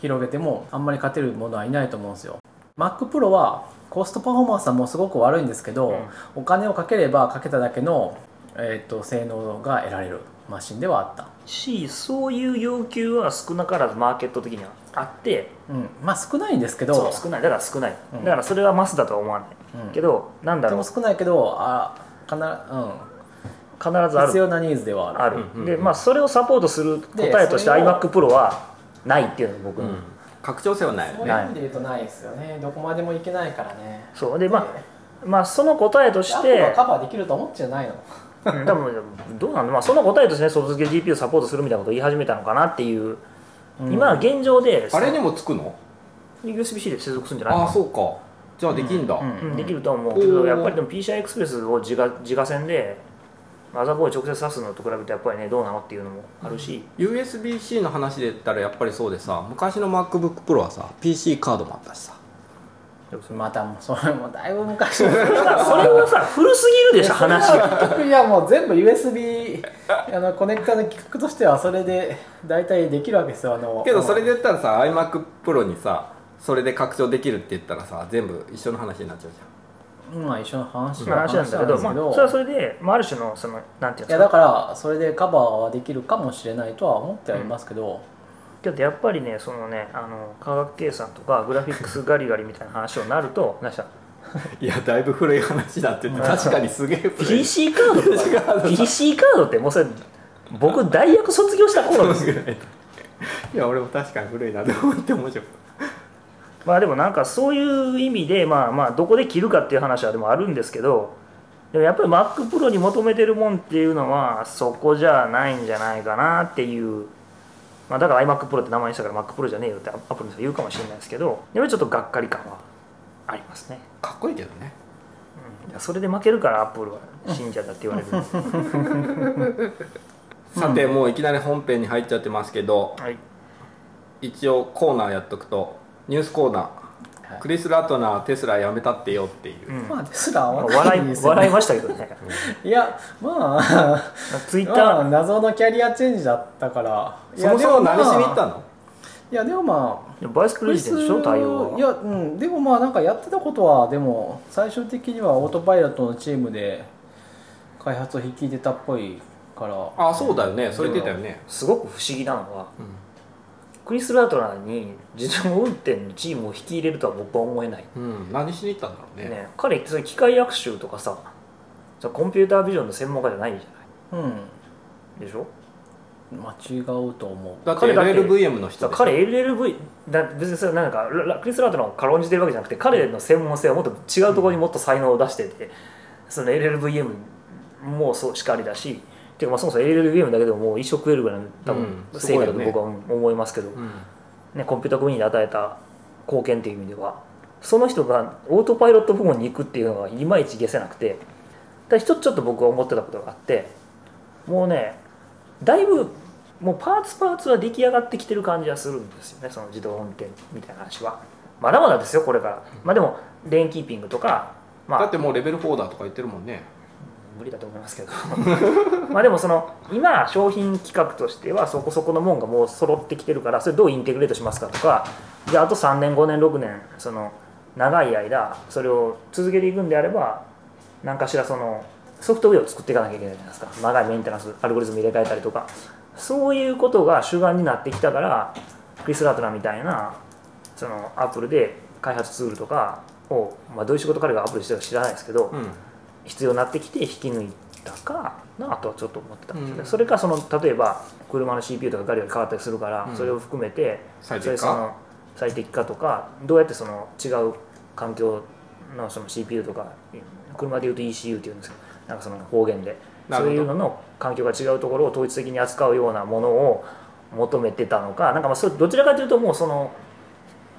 Speaker 1: 広げてもあんまり勝てるものはいないと思うんですよ Mac Pro はコストパフォーマンスはもうすごく悪いんですけど、お金をかければかけただけの、えー、と性能が得られるマシンではあった
Speaker 3: しそういう要求は少なからずマーケット的にはあって
Speaker 1: うん、まあ少ないんですけど
Speaker 3: そう少ないだから少ない、
Speaker 1: うん
Speaker 3: だからそれはマスだとは思わない、
Speaker 1: うん
Speaker 3: けどなんだ
Speaker 1: で
Speaker 3: ろう
Speaker 1: も
Speaker 3: 必
Speaker 1: 少ないけどあかな、
Speaker 3: ず
Speaker 1: うん、
Speaker 3: ある
Speaker 1: 必要なニーズではあ
Speaker 3: あ
Speaker 1: る
Speaker 3: る、
Speaker 2: うんうん
Speaker 3: でまあそれをサポートする答えとして
Speaker 1: でそれを
Speaker 3: iMac Pro はないっていうのが僕
Speaker 2: う
Speaker 3: の、
Speaker 2: ん拡張性はないよ
Speaker 1: そう
Speaker 2: ね
Speaker 1: いう意味で言うとないですよねどこまでもいけないからね
Speaker 3: そうでまあまあその答えとし
Speaker 1: アップルは
Speaker 3: て
Speaker 1: カバーできると思っちゃないの
Speaker 3: うん多分どうなんだ、まあ、その答えとしてね外付け GPU サポートするみたいなことを言い始めたのかなっていう、今現状で
Speaker 2: あれにもつくの
Speaker 3: USB-C で接続するんじゃない
Speaker 2: あ
Speaker 3: か
Speaker 2: あそうかじゃあできんだ、
Speaker 1: うん
Speaker 3: うんできるとは思うけど
Speaker 2: おー
Speaker 3: やっぱりでも PCI Express を自家自家線でマザーボードに直接挿すのと比べてやっぱりねどうなのっていうのもあるし、
Speaker 2: USB-C の話で言ったらやっぱりそうでさ昔の MacBookPro はさ PC カードもあったしさ
Speaker 1: またもうそれもだいぶ昔の
Speaker 3: だからそれはさ古すぎるでしょ話が
Speaker 1: いやもう全部 USB あのコネクタの規格としてはそれで大体できるわけですよあの
Speaker 2: けどそれで言ったらさ iMacPro にさそれで拡張できるって言ったらさ全部一緒の話になっちゃうじ
Speaker 1: まあ一緒の話
Speaker 3: まあ話なんだけど、
Speaker 1: 話な
Speaker 3: まあ
Speaker 1: んですけど、
Speaker 3: それはそれで、まあ、ある種のそのなんてい
Speaker 1: いや
Speaker 3: うんですか
Speaker 1: だからそれでカバーはできるかもしれないとは思ってはいますけど、
Speaker 3: けどやっぱりねそのねあの科学計算とかグラフィックスガリガリみたいな話になるとなんか
Speaker 2: ゃんいやだいぶ古い話だって言って確かにすげえ古い
Speaker 3: PC カードと
Speaker 2: PC カー
Speaker 3: か PC カードってもうそれ僕大学卒業した頃ですよ
Speaker 2: いや俺も確かに古いなと思って面白い
Speaker 3: まあでもなんかそういう意味でまあまあどこで切るかっていう話はでもあるんですけどでもやっぱり MacPro に求めてるもんっていうのはそこじゃないんじゃないかなっていう、まあ、だから iMacPro って名前にしたから MacPro じゃねえよってアップルの人が言うかもしれないですけどやっぱりちょっとがっかり感はありますね、
Speaker 2: かっこいいけどね
Speaker 3: うんいやそれで負けるからアップルは信者だって言われるは
Speaker 2: さてもういきなり本編に入っちゃってますけど
Speaker 3: い
Speaker 2: 一応コーナーやっとくとニュースコーナー、
Speaker 1: はい
Speaker 2: クリス・ラトナーテスラやめたってよっていう、
Speaker 3: うん
Speaker 1: まあテスラは合わない
Speaker 3: 笑
Speaker 1: ん
Speaker 3: い
Speaker 1: ですよ、
Speaker 3: 笑い
Speaker 1: ね、
Speaker 3: ましたけどね
Speaker 1: いやまあ
Speaker 3: ツイッタ
Speaker 1: まあ
Speaker 3: ー
Speaker 1: 謎のキャリアチェンジだったからい
Speaker 2: そ
Speaker 1: や
Speaker 2: もそも
Speaker 1: で
Speaker 2: 何しに行っ
Speaker 1: ま
Speaker 2: た
Speaker 1: あ
Speaker 2: の
Speaker 1: いやでもまあ
Speaker 3: バイスプレジデントでしょ対応はい
Speaker 1: やうんでもまあなんかやってたことはでも最終的にはオートパイロットのチームで開発を引いてたっぽいから
Speaker 2: あそうだよねそれ出たよね
Speaker 3: すごく不思議なのは
Speaker 2: うん
Speaker 3: クリス・ラートナーに自動運転のチームを引き入れるとは僕は思えない、
Speaker 2: うん、何しに行ったんだろうね
Speaker 3: ね、彼それ機械学習とかさそのコンピュータービジョンの専門家じゃないじゃ
Speaker 1: うん
Speaker 3: ないでしょ
Speaker 1: 間違うと思う
Speaker 2: だって
Speaker 3: 彼だって
Speaker 2: LLVM の人
Speaker 3: だ
Speaker 2: でしょ
Speaker 3: 彼 LLV だ別にそれなんかララクリス・ラートナーを軽んじてるわけじゃなくて彼の専門性はもっと違うところにもっと才能を出してて、その LLVM もそうしかりだしていうかまあそもそも LLVM だけでももう一生食えるぐらいの多分
Speaker 2: うん
Speaker 3: 成果
Speaker 2: すご
Speaker 3: だと
Speaker 2: いよね
Speaker 3: 僕は思いますけど、
Speaker 2: うん
Speaker 3: ね、コンピュータ組に与えた貢献という意味ではその人がオートパイロット部門に行くっていうのがいまいち消せなくてただ一つちょっと僕は思ってたことがあってもうねだいぶもうパーツパーツは出来上がってきてる感じはするんですよねその自動運転みたいな話はまだまだですよこれからまあでもレーンキーピングとかま
Speaker 2: だ
Speaker 3: あ
Speaker 2: ってもうレベル4だとか言ってるもんね
Speaker 3: 無理だと思いますけど まあでもその今商品企画としてはそこそこのもんがもう揃ってきてるからそれどうインテグレートしますかとかじゃああと3年5年6年その長い間それを続けていくんであれば何かしらそのソフトウェアを作っていかなきゃいけないじゃないですか長いメンテナンスアルゴリズム入れ替えたりとかそういうことが主眼になってきたからクリス・ラトナーみたいなそのアップルで開発ツールとかを、まあ、どういう仕事彼がアップルしてるか知らないですけど、
Speaker 2: うん
Speaker 3: 必要になってきて引き抜いたかなとはちょっと思ってたんですよね、
Speaker 2: うん
Speaker 3: それかその例えば車の CPU とかガリガリ変わったりするから、
Speaker 2: うん
Speaker 3: それを含めて
Speaker 2: 最
Speaker 3: それ
Speaker 2: 適
Speaker 3: そ
Speaker 2: 化
Speaker 3: の最適化とかどうやってその違う環境のその CPU とか車でいうと ECU っていうんですけどなんかその方言で
Speaker 2: なるほ
Speaker 3: そう
Speaker 2: ど
Speaker 3: いうのの環境が違うところを統一的に扱うようなものを求めてたのかなんかまあそれどちらかというともうその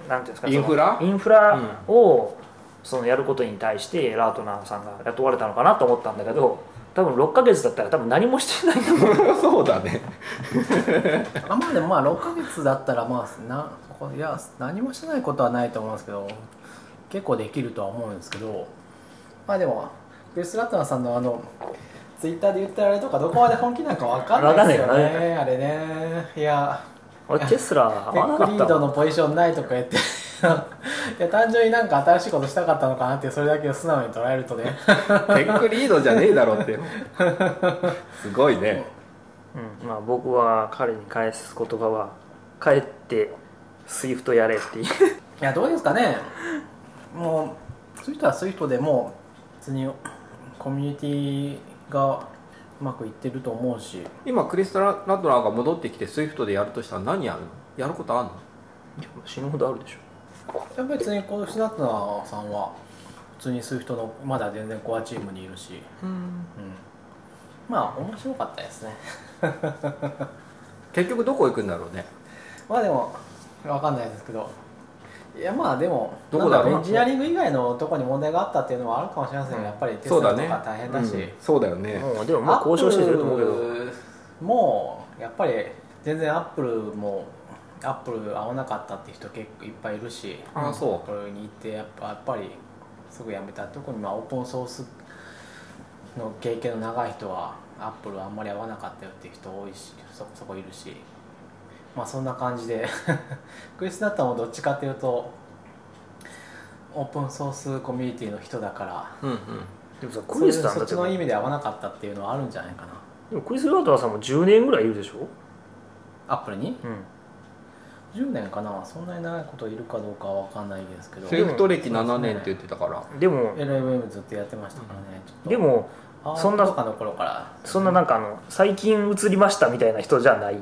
Speaker 3: なんていうんですかその
Speaker 2: インフラ
Speaker 3: インフラをそのやることに対してラートナーさんが雇われたのかなと思ったんだけど多分6ヶ月だったら多分何もしてない と思う
Speaker 2: そうだ ね
Speaker 1: あまあでもまあ6ヶ月だったらまあなそこいや何もしてないことはないと思うんですけど結構できるとは思うんですけどまあでもクリス・ラットナーさんのあのツイッターで言ってられるとかどこまで本気なんか分かんないですよ
Speaker 3: わかんない
Speaker 1: ねあれねいや
Speaker 3: 俺テスラ合
Speaker 1: テ
Speaker 3: わな
Speaker 1: ック
Speaker 3: か
Speaker 1: リ
Speaker 3: っ
Speaker 1: ー
Speaker 3: た
Speaker 1: ド
Speaker 3: わ
Speaker 1: のポジションないとか言って いや単純になんか新しいことしたかったのかなってそれだけを素直に捉えるとね
Speaker 2: テックリードじゃねえだろ ってすごいね
Speaker 3: うんまあ、僕は彼に返す言葉は帰ってスイフトやれっていう
Speaker 1: いやどうですかねもうそういう人はそういう人でもう別にコミュニティがうまくいってると思うし
Speaker 2: 今クリスタラ・ラドラーが戻ってきて SWIFT でやるとしたら何やるのやることあんの
Speaker 3: 死ぬほどあるでしょ
Speaker 1: やっぱり別にこのシナッナさんは普通にそういう人のまだ全然コアチームにいるし、うん、まあ面白かったですね
Speaker 2: 結局どこ行くんだろうね
Speaker 1: まあでもわかんないですけどいやまあでも
Speaker 2: どこだろ
Speaker 1: なん
Speaker 2: う
Speaker 1: ろエンジニアリング以外のとこに問題があったっていうのはあるかもしれませんがやっぱりテス
Speaker 2: そう
Speaker 1: ト
Speaker 2: だ
Speaker 1: と
Speaker 2: ね
Speaker 1: か大変だし、
Speaker 2: うんそうだよね
Speaker 3: もうでもまあ交渉してくれると思うけ
Speaker 1: ア
Speaker 3: ど
Speaker 1: ップルもうやっぱり全然アップルもアップル合わなかったって人結構いっぱいいるし
Speaker 2: ああ
Speaker 1: アッ
Speaker 2: そ
Speaker 1: プルに行ってやっぱやっぱりすぐ辞めた特にまあオープンソースの経験の長い人はアップルあんまり合わなかったよっていう人多いしそそこいるしまあそんな感じで クリス・ナッタもどっちかっていうとオープンソースコミュニティの人だから
Speaker 2: ううんうん
Speaker 3: でもさクリスさん
Speaker 1: そっ
Speaker 3: だって
Speaker 1: ち
Speaker 3: も
Speaker 1: の
Speaker 3: う
Speaker 1: 意味で合わなかったっていうのはあるんじゃないかな
Speaker 3: でもクリス・ラートナーさんも10年ぐらいいるでしょ、
Speaker 1: アップルに
Speaker 3: うん、
Speaker 1: 10年かなそんなに長いこといるかどうかは分かんないですけど
Speaker 2: SWIFT 歴7年って言ってたから
Speaker 3: でも
Speaker 1: LMM ずっとやってましたからね、ちょっと
Speaker 3: でも
Speaker 1: あー
Speaker 3: そんな
Speaker 1: とかの頃から
Speaker 3: そんななんかあの最近移りましたみたいな人じゃない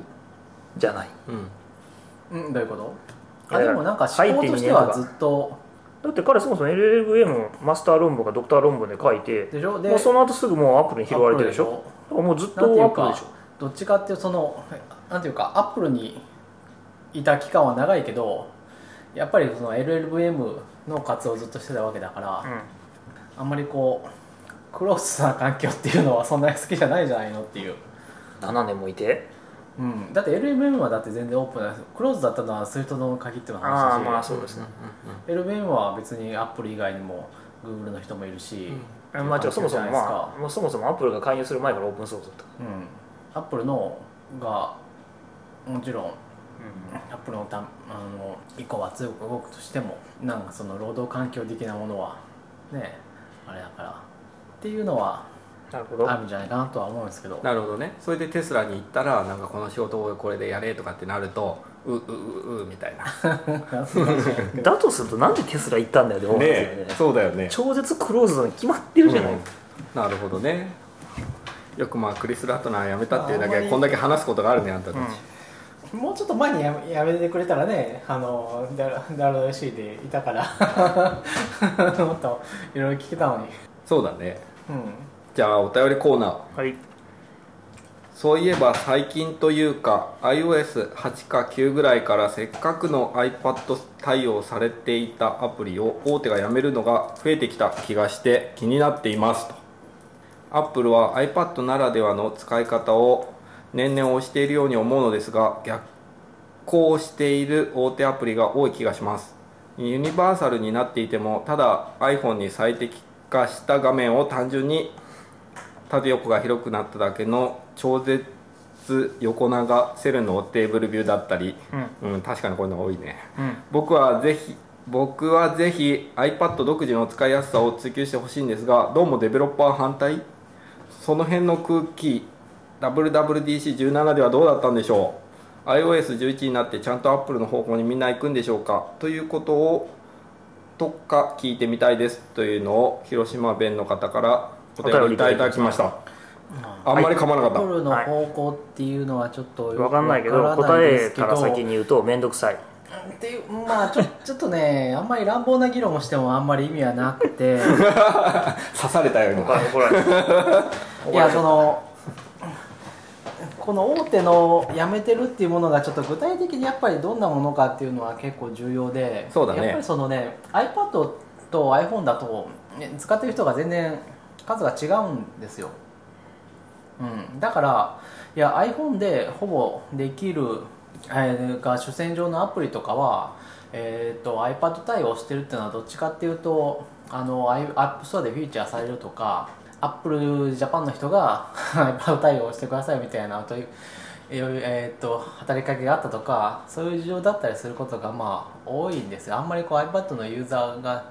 Speaker 3: じゃない
Speaker 2: うん
Speaker 1: うんどういうこと
Speaker 3: い
Speaker 1: あ
Speaker 3: や
Speaker 1: でもなんか思考としてはずっと
Speaker 3: だって彼そもそも LLVM マスター論文かドクター論文で書いて
Speaker 1: でしょで
Speaker 3: もうその後すぐもうアップルに拾われてるでしょ
Speaker 1: アップル
Speaker 3: だからもうずっ
Speaker 1: な
Speaker 3: とア
Speaker 1: んてい
Speaker 3: ッ
Speaker 1: う
Speaker 3: プルで
Speaker 1: か
Speaker 3: しょ
Speaker 1: どっちかっていうとそのなんていうかアップルにいた期間は長いけどやっぱりその LLVM の活動をずっとしてたわけだから、あんまりこうクロスな環境っていうのはそんなに好きじゃないんじゃないのっていう
Speaker 3: うん、7年もいて
Speaker 1: うん、だって LMM はだって全然オープンなんですクローズだったのはスイフトの鍵っていうの話だし
Speaker 3: ああまあそうですね、
Speaker 1: LMM は別にアップル以外にも Google の人もいるし、うん
Speaker 3: まあじゃあそもそも
Speaker 1: そうじゃないです
Speaker 3: まあもうそもそもアップルが介入する前からオープンソースだったか
Speaker 1: うん、アップルのがもちろん
Speaker 3: ら、
Speaker 1: アップルのたあの以降は強く動くとしてもなんかその労働環境的なものはねあれだからっていうのは
Speaker 3: なるほど
Speaker 1: あるんじゃないかなとは思うんですけど
Speaker 2: なるほどねそれでテスラに行ったらなんかこの仕事をこれでやれとかってなるとううううみたいな
Speaker 3: だとするとなんでテスラ行ったんだよって思うんですよ ね
Speaker 2: そうだよね
Speaker 3: 超絶クローズドに決まってるじゃない、
Speaker 2: うんなるほどねよくまあクリス・ラトナー辞めたっていうだけでこんだけ話すことがあるねあんたたち、
Speaker 1: もうちょっと前にやめやめてくれたらね、あの、ダ WC でいたから、 もっといろいろ聞けたのに。
Speaker 2: そうだね
Speaker 1: う
Speaker 2: じゃあお便りコーナー
Speaker 3: はい
Speaker 2: そういえば最近というか iOS8 か9ぐらいからせっかくの iPad 対応されていたアプリを大手がやめるのが増えてきた気がして気になっていますと Apple は iPad ならではの使い方を年々推しているように思うのですが逆行している大手アプリが多い気がしますユニバーサルになっていてもただ iPhone に最適化した画面を単純に縦横が広くなっただけの超絶横長セルのテーブルビューだったり、うん確かにこういうの多いね
Speaker 3: うん
Speaker 2: 僕はぜひ僕はぜひ iPad 独自の使いやすさを追求してほしいんですがどうもデベロッパー反対その辺の空気 WWDC17 ではどうだったんでしょう iOS11 になってちゃんと Apple の方向にみんな行くんでしょうかということをとか聞いてみたいですというのを広島弁の方からお便りいただきましたあんまり噛まなか
Speaker 1: ん。
Speaker 2: った、
Speaker 1: プルの方向っていうのはちょっとよく
Speaker 3: 分かんないけど
Speaker 1: わからな
Speaker 3: 答
Speaker 1: いです
Speaker 3: え
Speaker 1: け
Speaker 3: か
Speaker 1: ど
Speaker 3: ら先に言うと面倒くさい
Speaker 1: っていうまあちょ ちょっとねあんまり乱暴な議論をしてもあんまり意味はなく て
Speaker 2: 刺されたよ今
Speaker 3: 怒られる
Speaker 1: いやそのこの大手のやめてるっていうものがちょっと具体的にやっぱりどんなものかっていうのは結構重要で
Speaker 2: そうだね
Speaker 1: やっぱりそのね iPad と iPhone だと、ね使ってる人が全然数が違うんですよ、うん、だからいや iPhone でほぼできる、えーが主戦場のアプリとかは、えー、と iPad 対応してるっていうのはどっちかっていうとあの i- App Store でフィーチャーされるとか AppleJapan の人が iPad 対応してくださいみたいなという、えーえーと働きかけがあったとかそういう事情だったりすることがまあ多いんですよあんまりこう iPad のユーザーが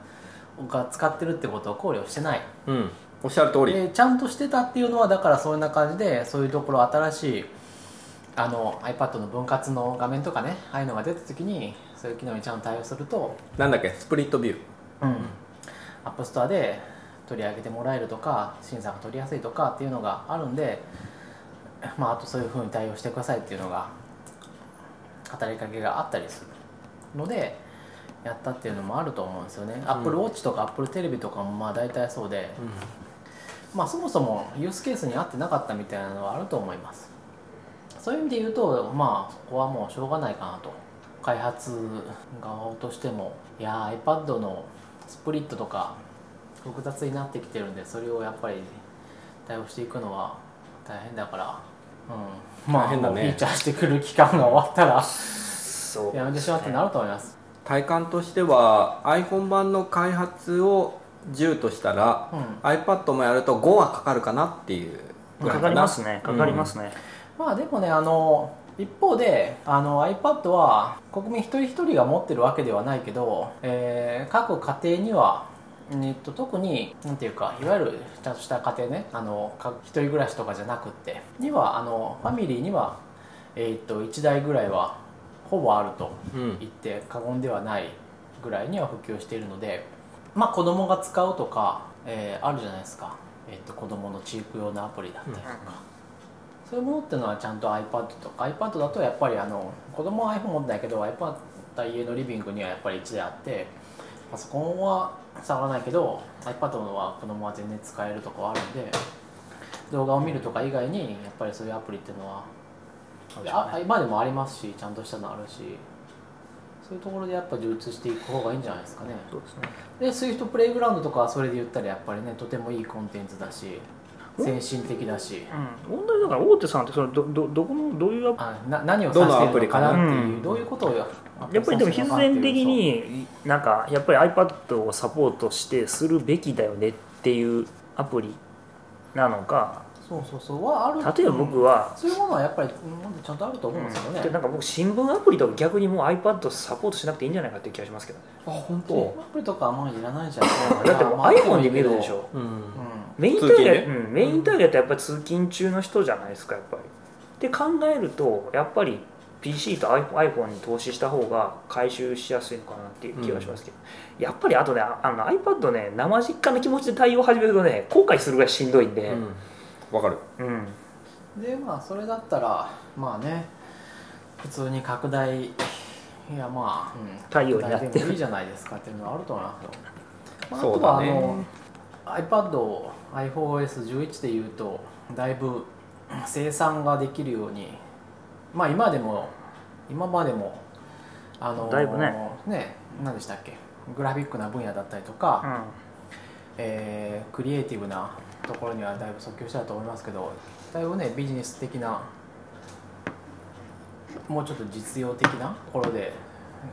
Speaker 1: が使ってるってことを考慮してない
Speaker 2: うんおっしゃる通り、
Speaker 1: でちゃんとしてたっていうのはだからそんな感じでそういうところ新しいあの iPad の分割の画面とかねああいうのが出た時にそういう機能にちゃんと対応すると、
Speaker 2: なんだっけスプリットビュー
Speaker 1: うん、アップストアで取り上げてもらえるとか審査が取りやすいとかっていうのがあるんで、まあ、あとそういうふうに対応してくださいっていうのが働きかけがあったりするのでやったっていうのもあると思うんですよね、AppleWatch とか AppleTV とかもまあ大体そうで、まあ、そもそもユースケースに合ってなかったみたいなのはあると思いますそういう意味で言うとまあそこはもうしょうがないかなと開発側としてもいやー iPad のスプリットとか複雑になってきてるんでそれをやっぱり対応していくのは大変だから、うん、まあ
Speaker 2: 大変だね
Speaker 1: もうフィーチャーしてくる期間が終わった ら
Speaker 3: そう
Speaker 1: やめてしまってなると思います、
Speaker 2: 体感としては iPhone 版の開発を10としたら、
Speaker 1: うん
Speaker 2: iPad もやると5はかかるかなっていうぐら
Speaker 3: か
Speaker 2: い
Speaker 3: か
Speaker 2: な
Speaker 3: りますねかかりますね、
Speaker 1: まあでもねあの一方であの iPad は国民一人一人が持ってるわけではないけど、えー各家庭には、えっと、特になんていうかいわゆるちゃんとした家庭ねあのか一人暮らしとかじゃなくってにはあのファミリーには、えっと1台ぐらいはほぼあると
Speaker 2: うん
Speaker 1: 言って過言ではないぐらいには普及しているので、まあ、子供が使うとか、えーあるじゃないですか、えっと子供のチーク用のアプリだったりとか、そういうものっていうのはちゃんと iPad とか iPad だとやっぱりあの子供は iPhone 持ってないけど iPad は家のリビングにはやっぱり1台あってパソコンは触らないけど iPad のは子供は全然使えるとこはあるんで動画を見るとか以外にやっぱりそういうアプリっていうのはあ今でもありますしちゃんとしたのあるしそういうところでやっぱ流通していく方がいいんじゃないですかね
Speaker 3: そうですね
Speaker 1: で SWIFT プレイグラウンドとかはそれで言ったらやっぱりねとてもいいコンテンツだし先進的だし
Speaker 3: うん、問題だから大手さんってそのどどどこのどういうアプ
Speaker 1: あな何を指してるのかなって
Speaker 3: どのアプリか
Speaker 1: いう
Speaker 3: な
Speaker 1: どういうことをや
Speaker 3: やっぱりでも必然的になんかやっぱり iPad をサポートしてするべきだよねっていうアプリなのか
Speaker 1: そうそうそうはある
Speaker 3: 例えば僕は、
Speaker 1: そういうものはやっぱりうんなんでちゃんとあると思うんですけどね、
Speaker 3: でなんか僕新聞アプリとか逆にもう iPad サポートしなくていいんじゃないかっていう気がしますけどね
Speaker 2: あ本
Speaker 1: でアプリとかはもういらないじゃん
Speaker 3: だってもう
Speaker 1: まあ
Speaker 3: iPhone で見るでしょ
Speaker 2: う
Speaker 1: うんん
Speaker 3: メインターゲ
Speaker 2: 通
Speaker 3: ット、
Speaker 2: 勤
Speaker 3: うんメインターゲットはやっぱり通勤中の人じゃないですかやっぱりって考えるとやっぱり PC と iPhone iPhone に投資した方が回収しやすいのかなっていう気がしますけど、やっぱりあとねああの iPad ね生実家の気持ちで対応始めるとね後悔するぐらいしんどいんで、
Speaker 2: うんわかる
Speaker 3: うん
Speaker 1: でまあそれだったらまあね普通に拡大いやまあ、うん、
Speaker 3: 太陽になってる
Speaker 1: 拡大でもいいじゃないですかっていうのはあると思いますよ、まあ、あ
Speaker 2: そ
Speaker 1: と
Speaker 2: う
Speaker 1: は
Speaker 2: だ
Speaker 1: あ
Speaker 2: ね
Speaker 1: の、iPad を iPhoneOS11 でいうとだいぶ生産ができるようにまあ今でも今までもあの
Speaker 3: だいぶね
Speaker 1: 何でしたっけグラフィックな分野だったりとか、
Speaker 3: うん
Speaker 1: えークリエイティブなところにはだいぶ即興したと思いますけどだいぶねビジネス的なもうちょっと実用的なところで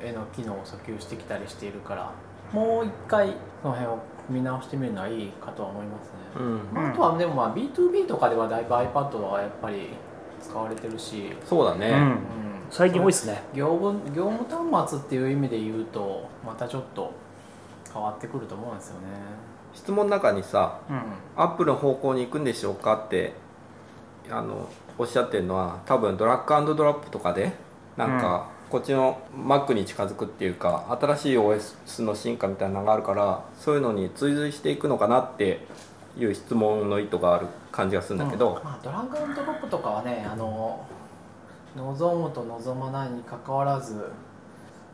Speaker 1: 絵の機能を訴求してきたりしているからもう一回その辺を見直してみるのはいいかとは思いますね、
Speaker 2: うん
Speaker 1: まああとはでもまあ B2B とかではだいぶ iPad はやっぱり使われてるし、
Speaker 2: そうだ
Speaker 3: う
Speaker 2: ね
Speaker 3: ん
Speaker 1: うん、
Speaker 3: 最近多いですね
Speaker 1: 業務業務端末っていう意味で言うとまたちょっと変わってくると思うんですよね、
Speaker 2: 質問の中にさ
Speaker 3: うん
Speaker 2: アップルの方向に行くんでしょうかってあのおっしゃってるのは多分ドラッグドロップとかでなんか、こっちの Mac に近づくっていうか新しい OS の進化みたいなのがあるからそういうのに追随していくのかなっていう質問の意図がある感じがするんだけど
Speaker 1: うん、まあ、ドラッグアンドロップとかはねあの望むと望まないにかかわらず、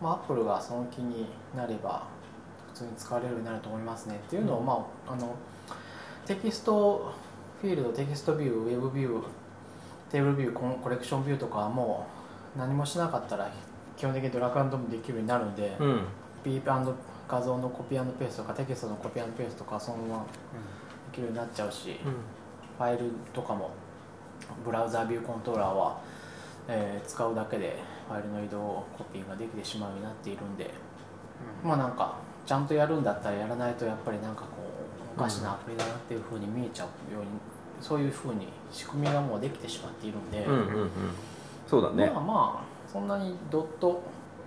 Speaker 1: まあ、アップルがその気になれば普通に使われるようになると思いますねっていうのを、まあ、あのテキストフィールドテキストビューウェブビューテーブルビューコンコレクションビューとかはもう何もしなかったら基本的にドラッグアンドロップできるようになるので、
Speaker 2: うん、
Speaker 1: ピープ画像のコピーペーストとかテキストのコピーペーストとかそのままできるようになっちゃうし。ファイルとかもブラウザービューコントローラーは、えー使うだけでファイルの移動をコピーができてしまうようになっているんで、まあなんかちゃんとやるんだったらやらないとやっぱりなんかこうおかしなアプリだなっていうふうに見えちゃうように、そういうふうに仕組みがもうできてしまっているんで、
Speaker 2: うんうんうんそうだね
Speaker 1: まあまあそんなにドット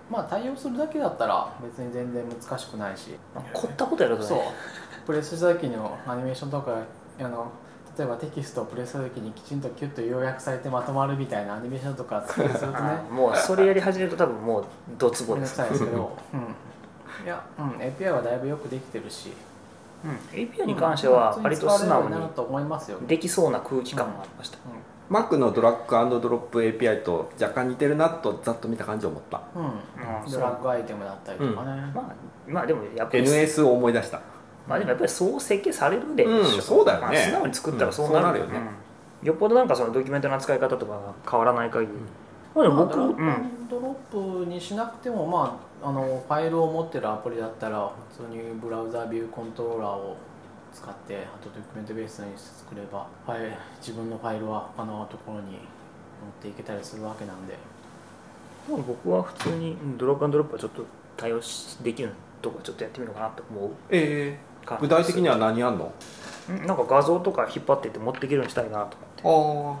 Speaker 1: まあ対応するだけだったら別に全然難しくないし
Speaker 3: まあ凝ったことやると
Speaker 1: そう
Speaker 3: ね
Speaker 1: プレスした時のアニメーションとかあの例えばテキストをプレスした時にきちんとキュッと要約されてまとまるみたいなアニメーションとか作るとするとね
Speaker 3: あもうそれやり始めると多分もうドツ
Speaker 1: め
Speaker 3: ボ
Speaker 1: ん
Speaker 3: で
Speaker 1: どく
Speaker 3: す
Speaker 1: さいですけど、うん、いや、うん、API はだいぶよくできてるし
Speaker 3: API に関しては割と
Speaker 1: 普通
Speaker 3: 素直
Speaker 1: に使われるようにな
Speaker 3: に
Speaker 1: ると思いますよ、うん
Speaker 3: できそうな空気感もありました、
Speaker 2: Mac のドラッグドロップ API と若干似てるなとざっと見た感じを思った
Speaker 1: うん
Speaker 3: うん
Speaker 1: ドラッグアイテムだったりとかね、
Speaker 3: まあ、まあでもやっぱり、
Speaker 2: NS を思い出した
Speaker 3: まあ、でもやっぱりそう設計されるでしょ、
Speaker 2: うんそうだよね
Speaker 3: まあ素直に作ったらそうなる,、
Speaker 2: うんそうなるよね
Speaker 3: うんよっぽどなんかそのドキュメントの扱い方とかが変わらない限り、まあで
Speaker 1: ま
Speaker 3: も
Speaker 1: あ
Speaker 3: 僕、
Speaker 1: ドラッ
Speaker 3: う
Speaker 1: グア
Speaker 3: ん
Speaker 1: ンドロップにしなくても、まあ、あのファイルを持ってるアプリだったら普通にブラウザービューコントローラーを使ってあとドキュメントベースに作ればファイル自分のファイルは他のところに持っていけたりするわけなんで
Speaker 3: まあ僕は普通にうんドラッグアンドロップはちょっと対応しできるとこはちょっとやってみようかなと思う
Speaker 2: え
Speaker 3: 感
Speaker 2: ー、
Speaker 3: じ
Speaker 2: 具
Speaker 3: で
Speaker 2: 体
Speaker 3: す
Speaker 2: 的には何やんの
Speaker 3: うんなんか画像とか引っ張ってって持っていけるようにしたいなと思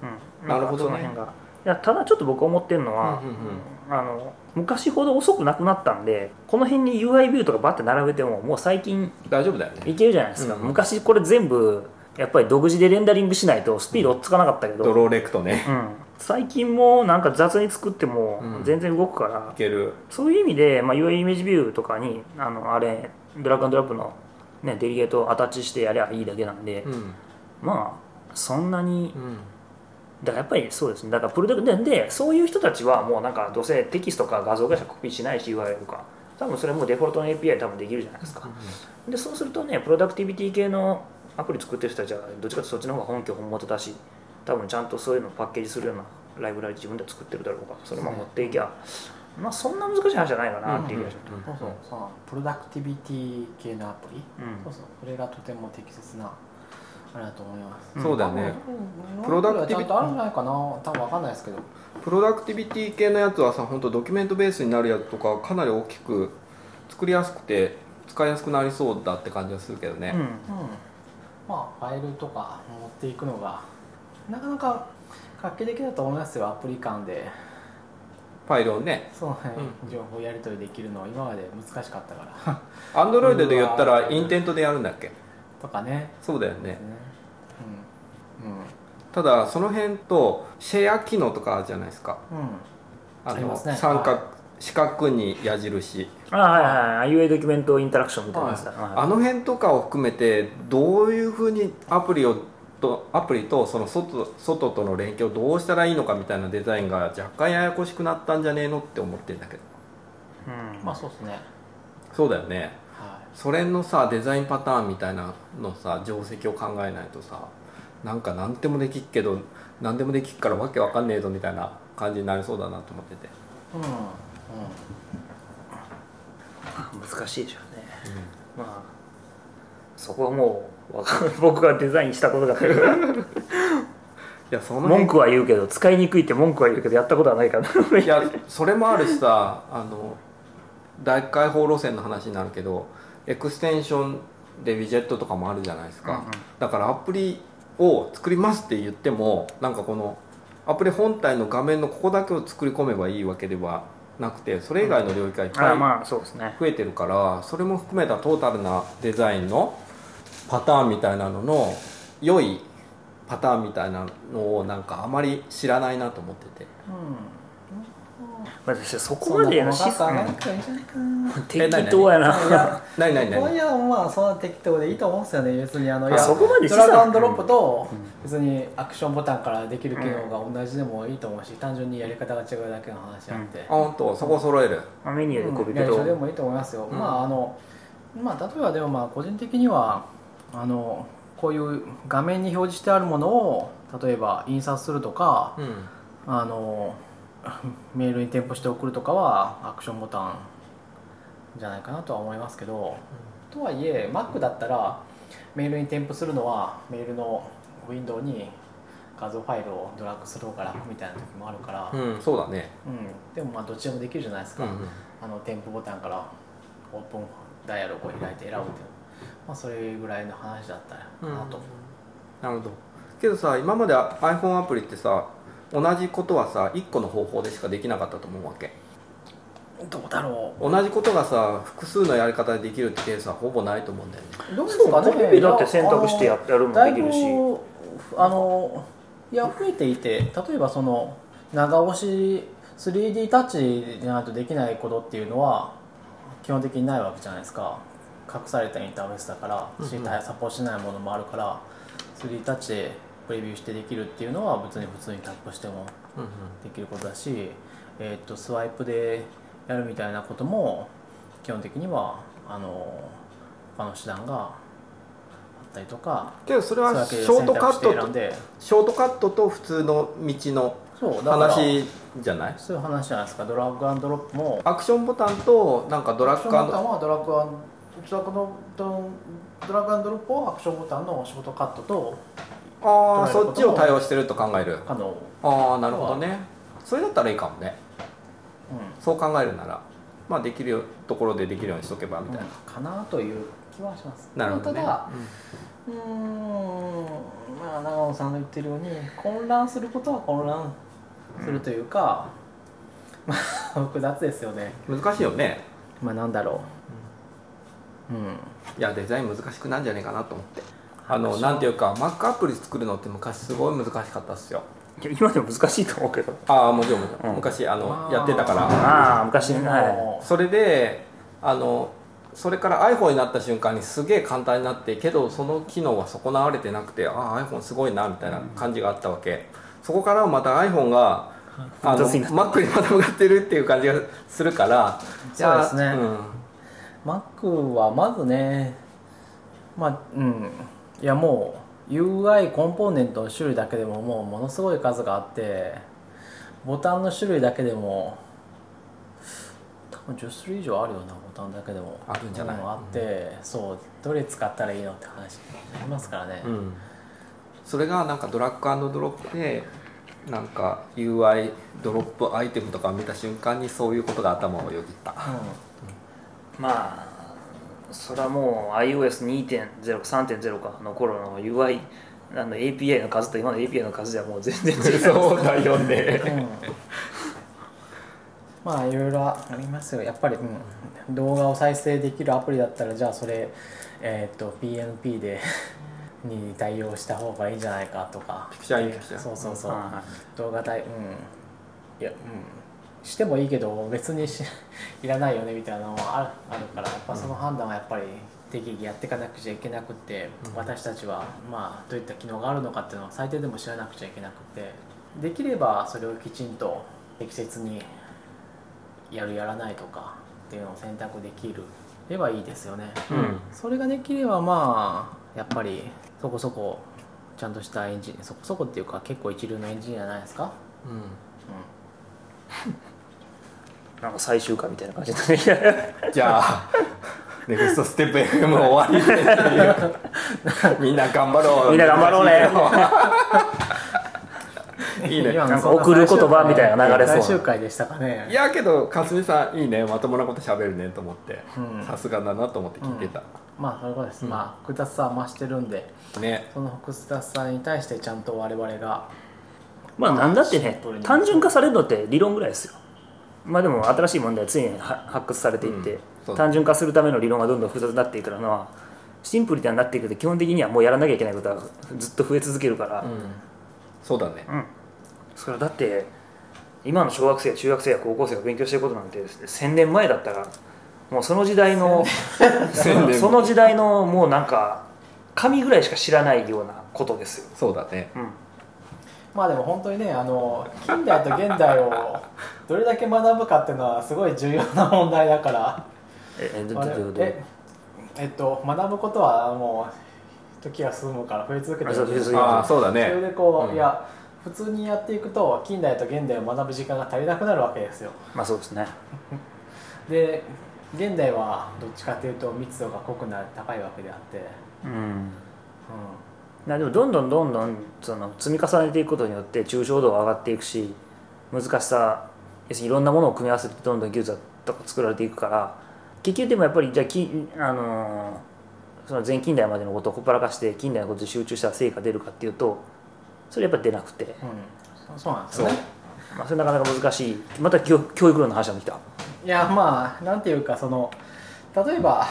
Speaker 3: って
Speaker 2: あ
Speaker 3: うん、
Speaker 2: なるほどね
Speaker 3: んかその辺がいやただちょっと僕思ってるのは、
Speaker 2: うんうん
Speaker 3: あの昔ほど遅くなくなったんでこの辺に UI ビューとかバッて並べてももう最近
Speaker 2: あ大丈夫だよね
Speaker 3: いけるじゃないですか、
Speaker 2: うん
Speaker 3: 昔これ全部やっぱり独自でレンダリングしないとスピード追っつかなかったけど、
Speaker 2: ド
Speaker 3: うん
Speaker 2: ローレクトね
Speaker 3: 最近もうなんか雑に作っても
Speaker 2: うん
Speaker 3: 全然動くから、
Speaker 2: いける
Speaker 3: そういう意味で、まあ、UI イメージビューとかにあのあれドラッグアンドラップの、ね、デリゲートをアタッチしてやりゃいいだけなんで、
Speaker 2: うん
Speaker 3: まあそんなに
Speaker 2: うん
Speaker 3: だからやっぱりそうですねだからプロダクトででそういう人たちはもうなんかどうせテキストか画像会社コピーしないし URL か多分それもうデフォルトの API 多分できるじゃないですかでそうするとねプロダクティビティ系のアプリ作ってる人たちはどっちかというとそっちの方が本拠本元だし多分ちゃんとそういうのをパッケージするようなライブラリ自分で作ってるだろうからそれも持っていきゃ、まあそんな難しい話じゃないかなっていう気がします
Speaker 1: そうそ
Speaker 2: うん
Speaker 1: うそのプロダクティビティ系のアプリ、
Speaker 3: うん
Speaker 1: そうそうこれがとても適切なあれだと思います、
Speaker 3: うん
Speaker 2: そうだよね
Speaker 1: うん
Speaker 2: プロダクティ
Speaker 1: ちゃ
Speaker 2: ビ
Speaker 1: んとあるんじゃないかな多分わかんないですけど
Speaker 2: プロダクティビティ系のやつはさ本当ドキュメントベースになるやつとかかなり大きく作りやすくて使いやすくなりそうだって感じがするけどね、
Speaker 3: うん
Speaker 1: うんまあ、ファイルとか持っていくのがなかなか画期的だと思いますよアプリ間で
Speaker 2: ファイルをね
Speaker 1: その辺、情報やり取りできるのは今まで難しかったから
Speaker 2: アンドロイドで言った
Speaker 1: うわ
Speaker 2: ら
Speaker 1: ー
Speaker 2: インテントでやるんだっけ
Speaker 1: とかね
Speaker 2: そうだよね
Speaker 1: う
Speaker 2: ただその辺とシェア機能とかあるじゃないですか
Speaker 1: んうんうん
Speaker 2: あ
Speaker 1: あり
Speaker 2: の
Speaker 1: ますね
Speaker 2: 三角、
Speaker 1: は
Speaker 2: 四角に矢印
Speaker 3: あはいはいはい UA ドキュメントインタラクションみたいなやつだ、はい
Speaker 2: あの辺とかを含めてどういうふうにアプリをとアプリとその外外との連携をどうしたらいいのかみたいなデザインが若干ややこしくなったんじゃねえのって思ってんだけど
Speaker 3: うん
Speaker 1: まあそうですね
Speaker 2: そうだよね
Speaker 1: は
Speaker 2: それのさデザインパターンみたいなのさ定石を考えないとさなんか何でもできっけど何でもできっからわけわかんねえぞみたいな感じになりそうだなと思ってて、
Speaker 1: いうんうん
Speaker 3: 難しいでしょうねまあそこはもうわかん 僕がデザインしたことだから
Speaker 2: いやその辺
Speaker 3: 文句は言うけど使いにくいって文句は言うけどやったことはないから
Speaker 2: いやそれもあるしさあの大開放路線の話になるけどエクステンションでウィジェットとかもあるじゃないですか、
Speaker 3: うんうん
Speaker 2: だからアプリを作りますって言ってもなんかこのアプリ本体の画面のここだけを作り込めばいいわけではなくてそれ以外の領域がいっぱ
Speaker 3: あ
Speaker 2: い
Speaker 3: まあそうですね
Speaker 2: 増えてるからそれも含めたトータルなデザインのパターンみたいなのの良いパターンみたいなのをなんかあまり知らないなと思ってて。
Speaker 1: うん
Speaker 3: まあ、そこ
Speaker 1: そん
Speaker 3: ま
Speaker 1: な
Speaker 3: での
Speaker 1: 細
Speaker 3: シ
Speaker 1: か
Speaker 3: ス
Speaker 1: く
Speaker 3: テ
Speaker 1: はな
Speaker 3: ム
Speaker 1: くてもいいんじゃないかな
Speaker 3: 適当や
Speaker 1: い
Speaker 3: な
Speaker 1: や
Speaker 2: ないないない
Speaker 1: こういうのもまあそんな適当でいいと思うんですよね別にあのい
Speaker 3: あ
Speaker 1: や
Speaker 3: そこまで
Speaker 1: ドラッグアン
Speaker 3: 資
Speaker 1: ド
Speaker 3: 産
Speaker 1: ロップと別にアクションボタンからできる機能が同じでもいいと思うし単純にやり方が違うだけの話あって、
Speaker 2: あ本当そこ揃える
Speaker 3: まあメニューでこ
Speaker 1: う
Speaker 3: び
Speaker 1: ん
Speaker 3: ペ
Speaker 1: やり
Speaker 3: と、
Speaker 1: 方でもいいと思いますよ、
Speaker 2: うん
Speaker 1: まああのまあ例えばでもまあ個人的にはあのこういう画面に表示してあるものを例えば印刷するとか
Speaker 2: うん
Speaker 1: あの メールに添付して送るとかはアクションボタンじゃないかなとは思いますけど、とはいえ Mac だったらメールに添付するのはメールのウィンドウに画像ファイルをドラッグする方が楽みたいな時もあるから、うん
Speaker 2: うんそうだね
Speaker 1: でもまあどっちでもできるじゃないです
Speaker 2: う
Speaker 1: か、
Speaker 2: んうん
Speaker 1: あの添付ボタンからオープンダイアログを開いて選ぶっていう、まあ、それぐらいの話だったらなと、
Speaker 2: なるほどけどさ今まで iPhone アプリってさ同じことはさ1個の方法でしかできなかったと思うわけ
Speaker 1: どうだろ
Speaker 2: 同じことがさ複数のやり方でできるってケースはほぼないと思うんだよね
Speaker 1: うどうです
Speaker 3: そう
Speaker 1: か
Speaker 3: コ
Speaker 1: ね
Speaker 3: ピペだって選択してややる
Speaker 1: あの
Speaker 3: も
Speaker 1: だ
Speaker 3: で
Speaker 1: い
Speaker 3: き
Speaker 1: ぶ
Speaker 3: るし
Speaker 1: あのいや増えていて例えばその長押し 3D タッチじゃないとできないことっていうのは基本的にないわけじゃないですか隠されたインターフェースだから
Speaker 2: うんうん
Speaker 1: 知りたいサポートしないものもあるから 3D タッチでプレビューしてできるっていうのは別に普通にタップしても
Speaker 2: うんうん
Speaker 1: できることだし、えー、とスワイプでやるみたいなことも基本的にはあの他の手段があったりとか
Speaker 2: けどそれ
Speaker 1: そういう
Speaker 2: は
Speaker 1: わ
Speaker 2: シ
Speaker 1: けで
Speaker 2: ョー
Speaker 1: 選
Speaker 2: トカ
Speaker 1: 択
Speaker 2: ッ
Speaker 1: して
Speaker 2: ト
Speaker 1: 選ん
Speaker 2: と
Speaker 1: で
Speaker 2: ショートカットと普通の道の
Speaker 1: そうだから
Speaker 2: 話じゃない
Speaker 1: そういう話じゃないですかドラッグアンドロップも
Speaker 2: アクションボタンとなんかドラ
Speaker 1: アクショ
Speaker 2: ッ
Speaker 1: ン
Speaker 2: グアン
Speaker 1: ボタンはドラッグアンドドラッグアンドロップはアクションボタンのショートカットと
Speaker 2: ああそっちを対応してると考える
Speaker 1: あの、
Speaker 2: ああなるほどねそれだったらいいかもね
Speaker 1: う
Speaker 2: そう考えるなら、まあ、できるところでできるようにしとけばみ
Speaker 1: ん
Speaker 2: たいな、
Speaker 1: かなという気はします。
Speaker 2: なるほどね、
Speaker 1: ただうーんまあ長野さんの言ってるように混乱することは混乱するというか、 まあ複雑ですよね
Speaker 2: うん難しいよね
Speaker 1: まあなんだろううん
Speaker 2: いやデザイン難しくなんじゃねえかなと思ってあ
Speaker 1: そ
Speaker 2: の
Speaker 1: う
Speaker 2: なんていうか Mac アプリ作るのって昔すごい難しかったっすよ
Speaker 3: いや今でも難しいと思うけど
Speaker 2: ああもちろんもちろん、
Speaker 3: うん
Speaker 2: 昔あの
Speaker 1: あー
Speaker 2: やってたから
Speaker 3: ああ昔ねは
Speaker 1: も
Speaker 2: それであのそれから iPhone になった瞬間にすげえ簡単になってけどその機能は損なわれてなくてああ iPhone すごいなみたいな感じがあったわけ、そこからまた iPhone があの
Speaker 3: 複雑になった
Speaker 2: Mac にまた向かってるっていう感じがするからいや
Speaker 1: そうですね
Speaker 2: ん
Speaker 1: う Mac はまずねまあうんいやもう UI コンポーネントの種類だけでももうものすごい数があってボタンの種類だけでも多分10種類以上あるようなボタンだけでも
Speaker 2: あるんじゃない
Speaker 1: うんあって、そうどれ使ったらいいのって話ありますからね、
Speaker 2: うん、それがなんかドラッグアンドドロップでなんか UI ドロップアイテムとか見た瞬間にそういうことが頭をよぎった
Speaker 3: いまあそれはもう iOS2.0 か3.0かの頃の UI あの API の数と今の API の数ではもう全然違う
Speaker 2: そうだよ ね
Speaker 1: まあいろいろありますよやっぱり、うん、動画を再生できるアプリだったらじゃあそれ、えー、と PNP で に対応した方がいいんじゃないかとか
Speaker 2: ピクチャーインピクチャー
Speaker 1: そうそうそう、
Speaker 3: は
Speaker 1: 動画対うんいやうんしてもいいけど別にし いらないよねみたいなのはあるあるからやっぱその判断はやっぱり適宜やっていかなくちゃいけなくって、
Speaker 2: うん
Speaker 1: 私たちはまあどういった機能があるのかっていうのを最低でも知らなくちゃいけなくてできればそれをきちんと適切にやるやらないとかっていうのを選択できるればいいですよね。
Speaker 2: うん、
Speaker 1: それができればまあやっぱりそこそこちゃんとしたエンジニアそこそこっていうか結構一流のエンジニアじゃないですか、
Speaker 3: なんか最終回みたいな感じだね
Speaker 2: じゃあ ネクストステップ FM 終わりでっていう みんな頑張ろう
Speaker 3: みんな頑張ろ
Speaker 2: ろうね いいね
Speaker 1: 今
Speaker 3: なんか
Speaker 1: そな
Speaker 3: 送る言葉みたいな流れそう
Speaker 1: 最終回でしたかね
Speaker 2: いやけどかすみさんいいねまともなこと喋るねと思って
Speaker 1: うん
Speaker 2: さすがだなと思って聞いてた、
Speaker 1: まあそういうことです、
Speaker 2: うん
Speaker 1: まあ複雑さは増してるんで
Speaker 2: ね
Speaker 1: その複雑さに対してちゃんと我々が
Speaker 3: まあなんだってね
Speaker 1: シンプルに
Speaker 3: 単純化されるのって理論ぐらいですよまあでも新しい問題は常には発掘されていって、
Speaker 2: うんそう
Speaker 3: 単純化するための理論がどんどん複雑になっていくのはシンプルにはなっていくけど基本的にはもうやらなきゃいけないことはずっと増え続けるから、
Speaker 2: そうだね
Speaker 3: うん、それはだって今の小学生や中学生や高校生が勉強してることなんて1000年前だったらもうその時代の
Speaker 2: 1000年
Speaker 3: その時代のもうなんか紙ぐらいしか知らないようなことですよ、
Speaker 2: そうだね
Speaker 3: うん、
Speaker 1: まあでも本当にねあの近代と現代をどれだけ学ぶかっていうのはすごい重要な問題だから
Speaker 3: ええど
Speaker 1: あれ
Speaker 3: どどど
Speaker 1: ええっと学ぶことはもう時が進むから増え続けて
Speaker 3: あそう増え続けて
Speaker 2: ああそうだ
Speaker 1: それ
Speaker 2: ね
Speaker 1: でこう、
Speaker 2: うん
Speaker 1: いや普通にやっていくと近代と現代を学ぶ時間が足りなくなるわけですよ
Speaker 3: まあそうですね
Speaker 1: で現代はどっちかというと密度が濃くなる高いわけであって、
Speaker 3: うん
Speaker 1: う
Speaker 3: なでもどんどんどんどんその積み重ねていくことによって抽象度は上がっていくし難しさ要するにいろんなものを組み合わせてどんどん技術とか作られていくから結局でもやっぱりじゃあき、あのーその前近代までのことをほっぱらかして近代のことに集中したら成果出るかっていうとそれやっぱ出なくて、
Speaker 1: んうん、そうなんですよね
Speaker 3: まあ、それなかなか難しいまた教教育論の話ができた
Speaker 1: いやまあなんていうかその例えば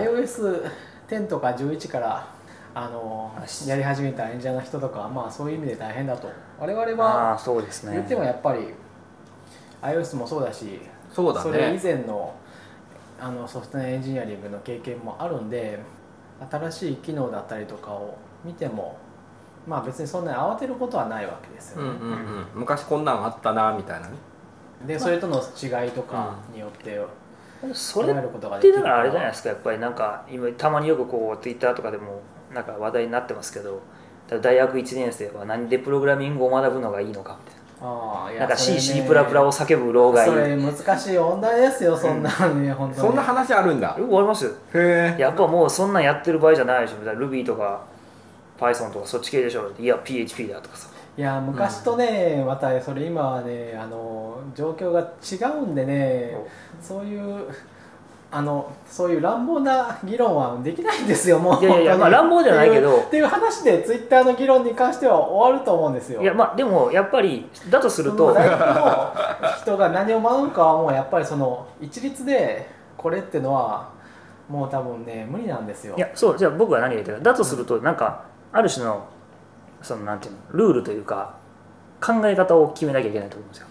Speaker 1: iOS10 とか11からあの
Speaker 3: し
Speaker 1: やり始めた演者の人とかはまあそういう意味で大変だと我々
Speaker 3: あ
Speaker 1: は
Speaker 3: あそうです
Speaker 1: 言
Speaker 3: ね
Speaker 1: ってもやっぱり iOS もそうだし
Speaker 2: そうだ
Speaker 1: れ以
Speaker 2: ね
Speaker 1: 前のあのソフトウェアエンジニアリングの経験もあるんで新しい機能だったりとかを見てもまあ別にそんなに慌てることはないわけです
Speaker 2: う
Speaker 1: よ
Speaker 2: んう
Speaker 1: ね、
Speaker 2: んうん昔こんなんあったなみたいなね
Speaker 1: でそれとの違いとかによって
Speaker 3: そ
Speaker 1: 考
Speaker 3: れ
Speaker 1: えることが
Speaker 3: っ
Speaker 1: で
Speaker 3: て
Speaker 1: き
Speaker 3: だ
Speaker 1: る
Speaker 3: からあれじゃないですかやっぱりなんか今たまによくこうツイッターとかでもなんか話題になってますけど大学1年生は何でプログラミングを学ぶのがいいのかみたい
Speaker 1: ああい
Speaker 3: ななんか
Speaker 1: それね
Speaker 3: CC プラプラを叫ぶ老害
Speaker 1: そ
Speaker 3: よ
Speaker 1: れ難しい問題ですよそんなね、本当に
Speaker 2: そんな話あるんだ
Speaker 3: くありますよ
Speaker 2: へえ
Speaker 3: やっぱもうそんなんやってる場合じゃないでしょみたいな Ruby とか Python とかそっち系でしょいや PHP だとかさ
Speaker 1: いや昔とね、またそれ今はねあの状況が違うんでねそういうあのそういう乱暴な議論はできないんですよもう
Speaker 3: いやいやいや
Speaker 1: 本当に
Speaker 3: まあ乱暴じゃないけ
Speaker 1: っ
Speaker 3: ど
Speaker 1: ていうっていう話でツイッターの議論に関しては終わると思うんですよ
Speaker 3: いやまあでもやっぱりだとする
Speaker 1: その
Speaker 3: と
Speaker 1: 大学の人が何を学ぶかはもうやっぱりその一律でこれってのはもう多分ね無理なんですよ
Speaker 3: いやそうじゃあ僕は何が言いたいかだとするとなんかある種のそのなんていうのルールというか考え方を決めなきゃいけないと思うんですよ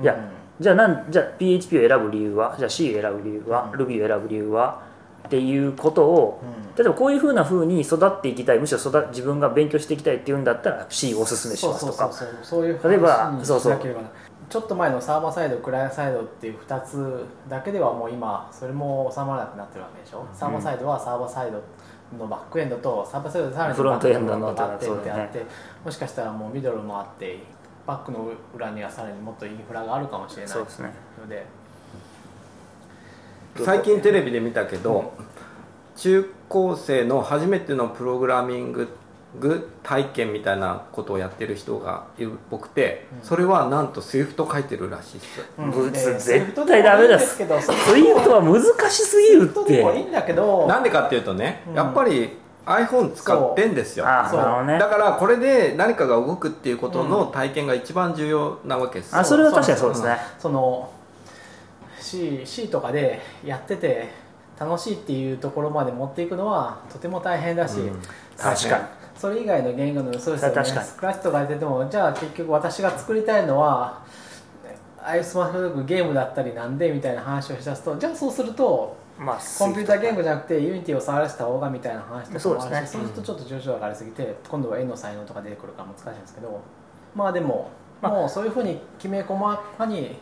Speaker 3: いやじゃあなんじゃあ PHP を選ぶ理由はじゃあ C を選ぶ理由は、
Speaker 1: うん
Speaker 3: Ruby を選ぶ理由はっていうことを
Speaker 1: うんうん
Speaker 3: 例えばこういうふうなふうに育っていきたいむしろ育自分が勉強していきたいっていうんだったら C をおすすめしますとか
Speaker 1: そうそうそうそうそういう話
Speaker 3: 例えば
Speaker 1: にし
Speaker 3: そうそう
Speaker 1: なければなちょっと前のサーバーサイドクライアントサイドっていう2つだけではもう今それも収まらなくなってるわけでしょ、サーバーサイドはサーバーサイドのバックエンドとサーバーサイドでさらに
Speaker 3: フロントエンドの
Speaker 1: バックエンド
Speaker 3: そう
Speaker 1: が
Speaker 3: だ
Speaker 1: あってって
Speaker 3: ね
Speaker 1: あってもしかしたらもうミドルもあってバックの裏にはさらにもっとインフラがあるかもしれない
Speaker 3: そうですね
Speaker 1: ので
Speaker 2: 最近テレビで見たけど中高生の初めてのプログラミンググ体験みたいなことをやってる人がいるっぽくて、それはなんと SWIFT 書いてるらしいっす
Speaker 1: うん
Speaker 3: ブツ
Speaker 1: で
Speaker 3: 絶対ダメ
Speaker 1: Swift でもいいん
Speaker 3: だ
Speaker 1: ですけど Swift
Speaker 3: ツイートは難しすぎるっ
Speaker 1: でもいい
Speaker 3: て
Speaker 1: んだけど
Speaker 2: なんでかっていうとね、
Speaker 1: うん
Speaker 2: やっぱり iPhone 使ってんですよ
Speaker 3: ああ
Speaker 1: そう
Speaker 3: なるほどね
Speaker 2: だからこれで何かが動くっていうことの体験が一番重要なわけです、
Speaker 3: あそれは確かにそうですね
Speaker 1: その C, C とかでやってて楽しいっていうところまで持っていくのはとても大変だし、
Speaker 2: うん
Speaker 3: 確かに
Speaker 1: それ以外の言語のそうですよね
Speaker 3: 確かに
Speaker 1: スクラッチとかやっててもじゃあ結局私が作りたいのはああいうスマホのゲームだったりなんでみたいな話をしだすとじゃあそうすると
Speaker 3: まあ
Speaker 1: コンピューター言語じゃなくてユニティを触らせた方がみたいな話とかもあるし
Speaker 3: そうですね
Speaker 1: そうするとちょっと上昇上がりすぎて、今度は絵の才能とか出てくるから難しいんですけどまあでも、
Speaker 3: まあ
Speaker 1: もうそういうふうにきめ細かに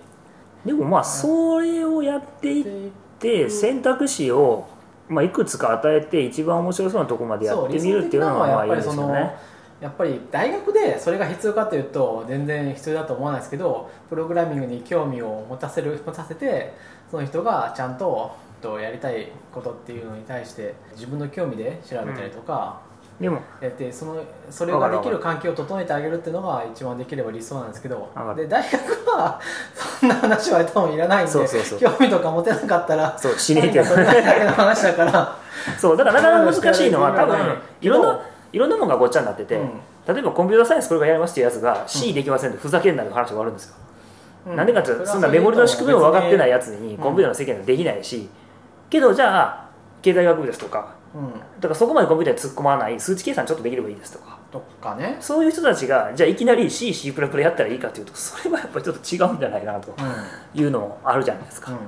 Speaker 3: でもまあそれをやっていっ
Speaker 1: で
Speaker 3: て選択肢をまあいくつか与えて一番面白そうなとこまでや
Speaker 1: そう
Speaker 3: って
Speaker 1: 理
Speaker 3: みる
Speaker 1: 想
Speaker 3: ってい
Speaker 1: 的
Speaker 3: う
Speaker 1: な
Speaker 3: の
Speaker 1: のは
Speaker 3: はま
Speaker 1: や
Speaker 3: あ
Speaker 1: っ
Speaker 3: い
Speaker 1: ぱ
Speaker 3: いで
Speaker 1: り
Speaker 3: す
Speaker 1: そ
Speaker 3: よ
Speaker 1: の
Speaker 3: ね
Speaker 1: やっぱり大学でそれが必要かというと全然必要だと思わないですけどプログラミングに興味を持たせる持たせてその人がちゃんととやりたいことっていうのに対して自分の興味で調べたりとか、
Speaker 3: でも
Speaker 1: やってそのそれができる環境を整えてあげるっていうのが一番できれば理想なんですけど
Speaker 3: わかる
Speaker 1: で大学はそんな話は多分いらないんで
Speaker 3: そうそうそう
Speaker 1: 興味とか持てなかったら
Speaker 3: そうしねえけ
Speaker 1: 何
Speaker 3: ど
Speaker 1: かそれだけの話だから。
Speaker 3: そうだからなかなか難しいのは多分いろん
Speaker 1: うん
Speaker 3: ないろんなものがごっちゃになってて、例えばコンピューターサイエンスこれがやりますっていうやつが C できませんってふざけんなる話があるんですよ、
Speaker 1: うん
Speaker 3: なんでかっていうとそんなメモリの仕組みも分かってないやつに
Speaker 1: うん
Speaker 3: コンピューターの世間はできないし、けどじゃあ経済学部ですとか
Speaker 1: うん
Speaker 3: だからそこまでコンピューターに突っ込まない数値計算ちょっとできればいいですとか
Speaker 1: とかね
Speaker 3: そういう人たちがじゃあいきなり CC プラプラやったらいいかっていうとそれはやっぱりちょっと違うんじゃないかなと
Speaker 1: うん
Speaker 3: いうのもあるじゃないですか、
Speaker 1: うん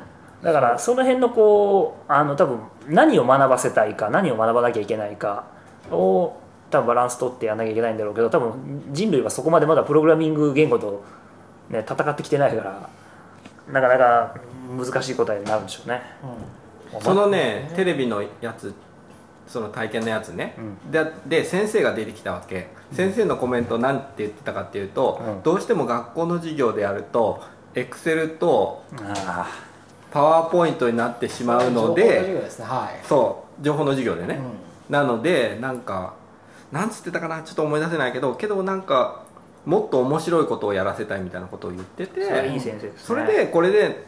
Speaker 3: だからその辺のこうあの多分何を学ばせたいか何を学ばなきゃいけないかを多分バランス取ってやらなきゃいけないんだろうけど多分人類はそこまでまだプログラミング言語と、ね、戦ってきてないからなかなか難しい答えになるんでしょうね。
Speaker 2: そのねテレビのやつその体験のやつね、でで先生が出てきたわけ先生のコメントなんて言ってたかっていうと、
Speaker 3: うん
Speaker 2: どうしても学校の授業でやるとエクセルと
Speaker 3: あ
Speaker 2: パワーポイントになってしまうの
Speaker 1: 情報授
Speaker 2: で
Speaker 1: 業ですねはい
Speaker 2: そう情報の授業でね、
Speaker 1: うん
Speaker 2: なのでなんかなんつってたかなちょっと思い出せないけどけどなんかもっと面白いことをやらせたいみたいなことを言ってて
Speaker 3: あそれいい先生ですね。
Speaker 2: それでこれで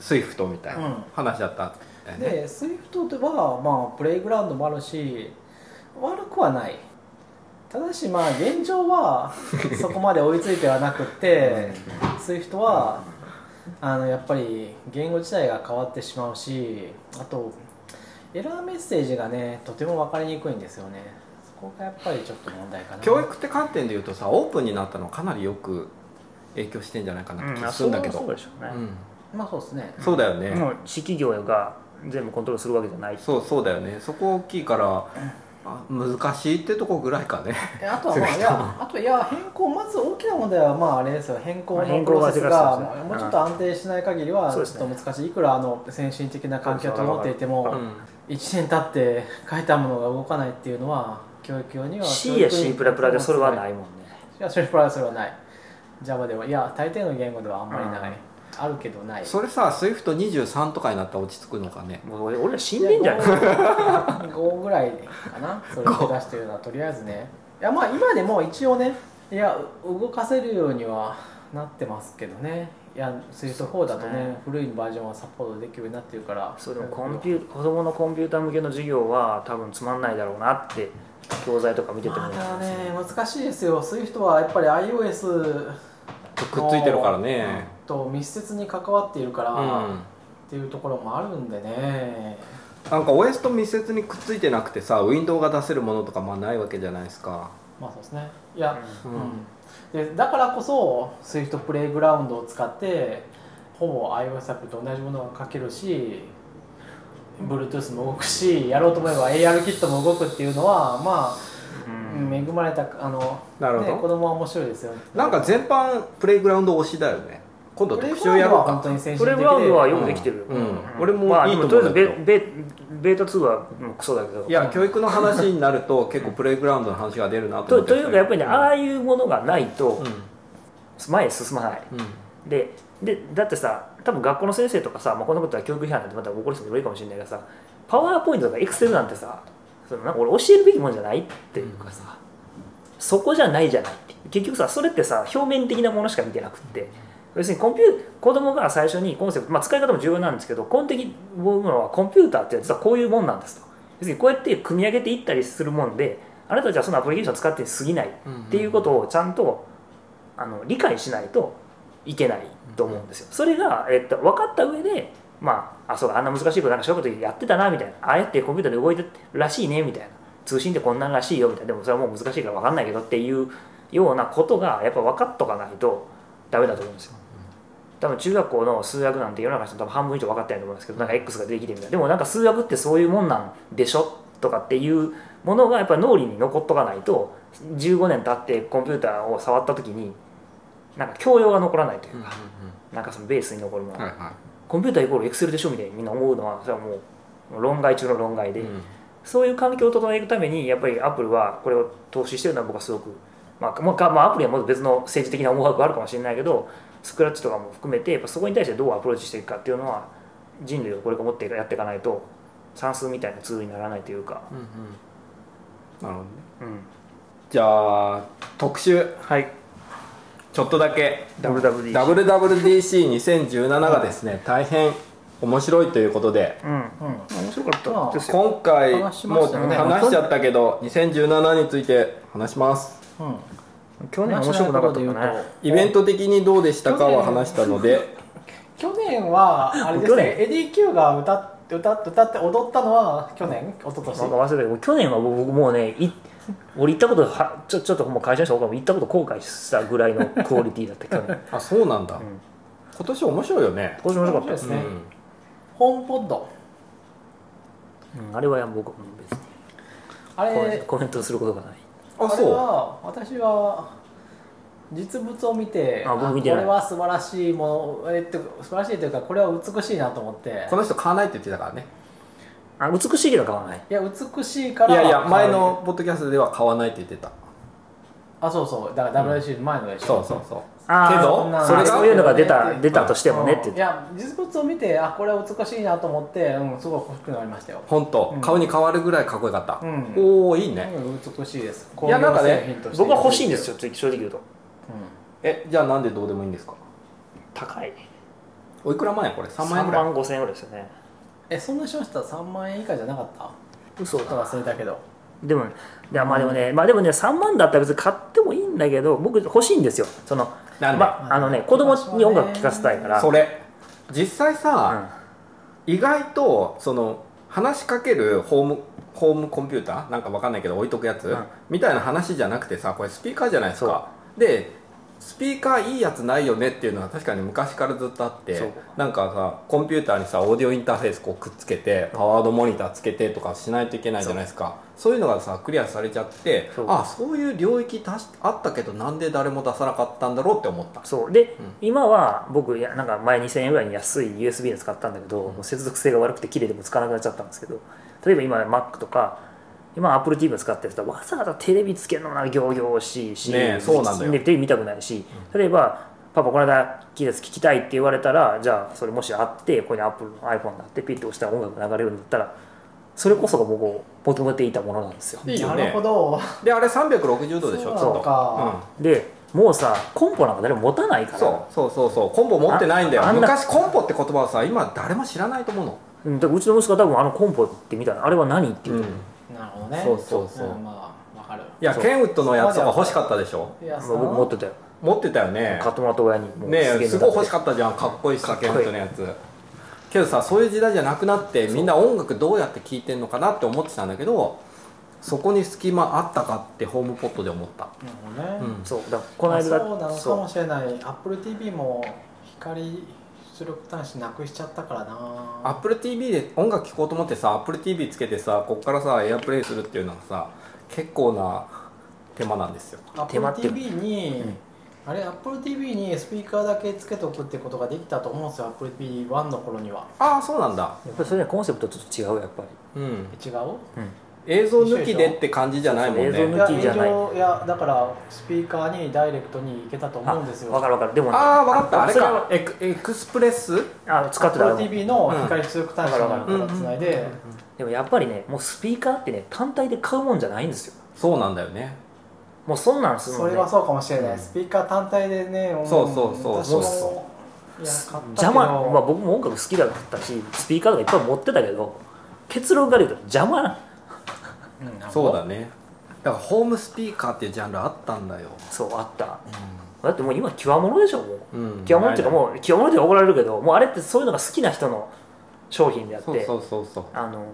Speaker 2: SWIFT みたい
Speaker 1: うん
Speaker 2: な話だったんだよね、
Speaker 1: で SWIFT ではまあプレイグラウンドもあるし悪くはないただしまあ現状 はそこまで追いついてはなくて SWIFT はあのやっぱり言語自体が変わってしまうしあとエラーメッセージがねとても分かりにくいんですよねそこがやっぱりちょっと問題かな
Speaker 2: 教育って観点でいうとさオープンになったのかなりよく影響してんじゃないかなって気
Speaker 3: うん、
Speaker 2: が
Speaker 3: あ
Speaker 2: す
Speaker 3: そ
Speaker 2: る
Speaker 3: うん
Speaker 2: だ
Speaker 3: だ
Speaker 2: け
Speaker 3: け
Speaker 2: ど、
Speaker 3: ど
Speaker 2: うん
Speaker 3: そうでしょうね。
Speaker 1: まあそうですね
Speaker 2: そうだよね、
Speaker 3: もう私企業が全部コントロールするわけじゃない。
Speaker 2: そうそうだよねそこ大きいからあ難しいってとこぐらいかね
Speaker 1: えあとはまあいやあといや変更まず大きな問題はまああれですよ変更のプロセス
Speaker 3: まあ
Speaker 1: が
Speaker 3: 変更は
Speaker 1: もうちょっと安定しない限りはち
Speaker 3: そう
Speaker 1: ょ
Speaker 3: で
Speaker 1: っ
Speaker 3: すね
Speaker 1: と難しいいくらあの先進的な環境を整っていて
Speaker 2: う
Speaker 1: も
Speaker 2: ん
Speaker 1: 1年経って書いたものが動かないっていうのは教育用には
Speaker 3: C や C プラプラでそれはいないもんね。
Speaker 1: や C プラはそれはない Java ではいや大抵の言語ではあんまりない、
Speaker 3: うん
Speaker 1: あるけどない
Speaker 2: それさ SWIFT23 とかになったら落ち着くのかね
Speaker 3: もう俺俺は死んでんじゃない。
Speaker 1: 5ぐらいかなそれを出してるのはとりあえずねいやまあ今でも一応ねいや動かせるようにはなってますけどねいや Swift4 だとね
Speaker 3: そうですね
Speaker 1: 古いバージョンはサポートできるようになってるから
Speaker 3: そうでもコンピュー子供のコンピューター向けの授業は多分つまんないだろうなって教材とか見てても
Speaker 1: ま
Speaker 3: 思い
Speaker 1: だ
Speaker 3: ます
Speaker 1: ね難しいですよ Swift はやっぱり iOS
Speaker 2: くっついてるからね
Speaker 1: と密接に関わっているから、
Speaker 2: うん
Speaker 1: っ
Speaker 2: な
Speaker 1: ていうところもあるんでね
Speaker 2: んか OS と密接にくっついてなくてさウィンドウが出せるものとかまあないわけじゃないですか
Speaker 1: まあそうですねいや、
Speaker 2: う
Speaker 1: うんでだからこそ Swift プレイグラウンドを使ってほぼ iOS アプリと同じものが書けるし Bluetooth も動くしやろうと思えば AR キットも動くっていうのはまあ、うん恵まれたあの、
Speaker 2: なるほど
Speaker 1: ね、子供は面白いですよね
Speaker 2: なんか全般プレイグラウンド推しだよね今度
Speaker 1: プレイグ
Speaker 2: 特集
Speaker 1: ラウン
Speaker 2: や
Speaker 1: ド
Speaker 2: ろ
Speaker 1: は
Speaker 2: う
Speaker 1: 本当
Speaker 2: か
Speaker 1: に先進
Speaker 3: プ
Speaker 1: 的で
Speaker 3: レイグラウンドはよくできてるよ、
Speaker 2: うん俺も
Speaker 3: まあ
Speaker 2: いい
Speaker 3: で
Speaker 2: と思
Speaker 3: と
Speaker 2: うん
Speaker 3: りあ
Speaker 2: だ
Speaker 3: えず
Speaker 2: け
Speaker 3: ベ
Speaker 2: ど
Speaker 3: ベベータ2はもうクソだけど
Speaker 2: いや教育の話になると結構プレイグラウンドの話が出るなと
Speaker 3: と
Speaker 2: 思って
Speaker 3: というかやっぱりね、ああいうものがないと
Speaker 2: う
Speaker 3: 前へ進まない、
Speaker 2: んうん
Speaker 3: ででだってさ多分学校の先生とかさ、まあ、こんなことは教育批判なんてまた怒る人もいるかもしれないけどさパワーポイントとかエクセルなんてさそのなんか俺教えるべきもんじゃないっていうかさ、そこじゃないじゃないって結局さそれってさ表面的なものしか見てなくって要するにコンピュー子供が最初にコンセプト、まあ、使い方も重要なんですけど根底に僕のはコンピューターって実はこういうもんなんですと要するにこうやって組み上げていったりするもんであなたたちはそのアプリケーション使って過ぎないっていうことをちゃんとあの理解しないといけないと思うんですよ。それが、えっと、分かった上でまあ、あそうかあんな難しいことなんか小学校の時やってたなみたいなああやってコンピューターで動いてるらしいねみたいな通信ってこんなんらしいよみたいなでもそれはもう難しいから分かんないけどっていうようなことがやっぱ分かっとかないとダメだと思うんですよ多分中学校の数学なんて世の中の人多分半分以上分かってないと思うんですけどなんか X が出てきてみたいなでもなんか数学ってそういうもんなんでしょとかっていうものがやっぱ脳裏に残っとかないと15年経ってコンピューターを触った時になんか教養が残らないというか、なんかそのベースに残るもの
Speaker 2: はいは
Speaker 3: コンピューターイコールエクセルでしょみたいにみんな思うのはそれはもう論外中の論外
Speaker 2: い
Speaker 3: で、そういう環境を整えるためにやっぱりアップルはこれを投資してるのは僕はすごく、まあまあかまあ、アップルはもっと別の政治的な思惑があるかもしれないけどスクラッチとかも含めてやっぱそこに対してどうアプローチしていくかっていうのは人類をこれから持ってやっていかないと算数みたいなツールにならないというか、
Speaker 2: うんうんなるほどね
Speaker 3: うん、
Speaker 2: じゃあ特集
Speaker 3: はい
Speaker 2: ちょっとだけ
Speaker 3: WWDC
Speaker 2: WWDC2017 がですね大変面白いということで
Speaker 3: うんうん面白かったですよ
Speaker 2: 今回もう
Speaker 1: 話しましたよね
Speaker 2: 話しちゃったけど2017について話します
Speaker 1: うん
Speaker 3: 去年面白くなかっ
Speaker 1: 話
Speaker 3: たか
Speaker 1: の中で
Speaker 3: な
Speaker 1: 言うと
Speaker 2: イベント的にどうでしたかは話したので
Speaker 1: 去年はあれです
Speaker 3: 去
Speaker 1: ね
Speaker 3: 年
Speaker 1: エディ・キューが歌って歌って歌って踊ったのは去年一昨
Speaker 3: なんか
Speaker 1: 年
Speaker 3: 忘れたけど去年は僕もうねい俺行ったことはちょちょっともう会社の人が行ったこと後悔したぐらいのクオリティだった去 年
Speaker 2: あそうなんだ、
Speaker 3: ん
Speaker 2: 今年面白いよね
Speaker 3: 今年面白かっ
Speaker 1: 面白い
Speaker 3: た
Speaker 1: で
Speaker 3: です
Speaker 1: す
Speaker 2: う
Speaker 1: ね
Speaker 2: ん
Speaker 1: ホームポッド
Speaker 3: うん、あれは僕も別に
Speaker 1: あ
Speaker 3: コメン
Speaker 1: れ
Speaker 3: トコメントすることがない
Speaker 2: あ
Speaker 1: あれ
Speaker 2: そう
Speaker 1: は私は実物を見て
Speaker 3: あ僕見てない
Speaker 1: これは素晴らしいものえっと素晴らしいというかこれは美しいなと思って
Speaker 2: この人買わないって言ってたからね
Speaker 3: あ美しいけど買わない
Speaker 1: いや美しいから
Speaker 2: いやいや前のポッドキャストでは買わないって言ってた
Speaker 1: あそうそうだから WC 前のでしょ、
Speaker 2: そうそうそう
Speaker 3: あー
Speaker 2: けど
Speaker 1: そんな
Speaker 2: それが
Speaker 3: そういうのが出た出たとして
Speaker 1: で
Speaker 3: もねって
Speaker 1: いや実物を見てあこれは美しいなと思ってうんすごい欲しくなりましたよ
Speaker 2: 本当、
Speaker 1: うん
Speaker 2: 顔に変わるぐらいかっこよかった、
Speaker 1: うん
Speaker 2: おおいいね、
Speaker 1: うん美しいです
Speaker 2: いやなん
Speaker 1: 工業
Speaker 2: かね
Speaker 1: 製品として
Speaker 3: 僕は欲しいんですよ正直言うと
Speaker 1: う
Speaker 2: えじゃあなんでどうでもいいんですか
Speaker 3: 高い
Speaker 2: おいくら万円これ3
Speaker 3: 3
Speaker 2: 万円ぐらい
Speaker 3: 万5千円ぐらいですよね
Speaker 1: んえそんなしました3万円以下じゃなかった
Speaker 3: 嘘
Speaker 1: ちょっと忘れたけど
Speaker 3: でもいやまあでもね、まあでもね3万だったら別に買ってもいいんだけど僕欲しいんですよその
Speaker 2: なんで、
Speaker 3: まああのね子供に音楽聴かせたいから
Speaker 2: それ実際
Speaker 3: う
Speaker 2: さ、
Speaker 3: ん
Speaker 2: 意外とその話しかけるホームホームコンピューターなんかわかんないけど置いとくやつ、
Speaker 3: うん
Speaker 2: みたいな話じゃなくてさこれスピーカーじゃないですかでスピーカーいいやつないよねっていうのは確かに昔からずっとあっ
Speaker 3: そう
Speaker 2: てなんかさコンピューターにさオーディオインターフェースこうくっつけてパワードモニターつけてとかしないといけないじゃないですかそういうのがさクリアされちゃって
Speaker 3: そう
Speaker 2: あそういう領域たしあったけどなんで誰も出さなかったんだろうって思った
Speaker 3: そうで、
Speaker 2: うん
Speaker 3: 今は僕いやなんか前2000円ぐらいに安い USB の使ったんだけど、もう接続性が悪くて切れても使わなくなっちゃったんですけど例えば今 Mac とか今 Apple TV を使ってる人はわざわざテレビつけるのもなんか行々しいし、
Speaker 2: ねえそうなんだよ
Speaker 3: でテレビ見たくないし例えばパパこの間聞いたやつ聞きたいって言われたらじゃあそれもしあってここに Apple の iPhone があってピッと押したら音楽が流れるんだったらそれこそが僕を求めていたものなんですよ
Speaker 2: いいよ
Speaker 1: な
Speaker 2: ね
Speaker 1: るほど
Speaker 2: であれ360度でしょち
Speaker 1: そう
Speaker 2: ょっ
Speaker 1: な
Speaker 2: と
Speaker 1: のか
Speaker 3: でもうさコンポなんか誰も持たない
Speaker 2: うん
Speaker 3: から
Speaker 2: そうそうそうそうコンポ持ってないんだ
Speaker 3: ああ
Speaker 2: よ
Speaker 3: んな
Speaker 2: 昔コンポって言葉はさ今誰も知らないと思うの、
Speaker 3: うん、だからうちの息子は多分あのコンポって見たらあれは何って言うと、
Speaker 1: なるほどね
Speaker 2: そうそうそうん
Speaker 1: まあわかる
Speaker 2: いや
Speaker 3: そう
Speaker 2: ケンウッドのやつとか欲しかったでしょ
Speaker 1: いや
Speaker 3: まあ僕持ってたよ
Speaker 2: 持ってたよね
Speaker 3: 買ってもらった親にもう
Speaker 2: ねえすごい欲し
Speaker 3: っ
Speaker 2: かったじゃんかっこいいしさケ
Speaker 3: か
Speaker 2: ン
Speaker 3: っ
Speaker 2: ウッ
Speaker 3: こい
Speaker 2: ド
Speaker 3: い
Speaker 2: のやつけどさそういう時代じゃなくなってみんな音楽どうやって聴いてんのかなって思ってたんだけどそこに隙間あったかってホームポットで思った、
Speaker 1: なるほどね、
Speaker 2: うん
Speaker 3: そうだからこの間
Speaker 1: あそうなのか
Speaker 3: そ
Speaker 1: もしれない AppleTV も光出力端子なくしちゃったからな
Speaker 2: アップル TV で音楽聴こうと思ってさアップル TV つけてさこっからさエアプレイするっていうのはさ結構な手間なんですよ
Speaker 1: Apple
Speaker 3: 手間っていう
Speaker 1: TV に、あれ AppleTV にスピーカーだけつけておくってことができたと思うんですよ AppleTV1 の頃には
Speaker 2: ああそうなんだ
Speaker 3: うやっぱりそれねコンセプトとちょっと違うやっぱ
Speaker 2: うん
Speaker 1: 違う
Speaker 2: 映像抜きでって感じじゃないもん
Speaker 3: そうそう
Speaker 1: い
Speaker 3: 映
Speaker 2: ね
Speaker 3: 像抜
Speaker 1: や
Speaker 3: きじゃない
Speaker 1: いやだからスピーカーにダイレクトに行けたと
Speaker 3: り
Speaker 1: 思うんですよ
Speaker 3: わかるわかるでもね
Speaker 2: ああ分かったあれ
Speaker 3: それ
Speaker 2: か
Speaker 3: は
Speaker 2: エクエクスプレス
Speaker 3: あ使ってたあれも
Speaker 1: AppleTV の光出力端子からつないで、
Speaker 3: でもやっぱりねもうスピーカーってね単体で買うもんじゃないんですよ
Speaker 2: そうなんだよね
Speaker 3: もうそんなんする
Speaker 1: そ
Speaker 3: の
Speaker 1: れ
Speaker 3: ね
Speaker 1: はそうかもしれない、
Speaker 3: うん
Speaker 1: スピーカー単体でね思
Speaker 2: そうそうそうそう
Speaker 1: 私もいや買ったけ
Speaker 3: 邪
Speaker 1: ど
Speaker 3: 魔、まあ、僕も音楽好きだったしスピーカーとかいっぱい持ってたけど結論から言うと邪魔な
Speaker 1: うん
Speaker 2: そうだねだからホームスピーカーっていうジャンルあったんだよ
Speaker 3: そうあっただってもう今極物でしょもう
Speaker 2: うん
Speaker 3: 極物っていうか
Speaker 2: う
Speaker 3: もう極物って怒られるけどもうあれってそういうのが好きな人の商品であって
Speaker 2: そうそうそうそう
Speaker 3: あの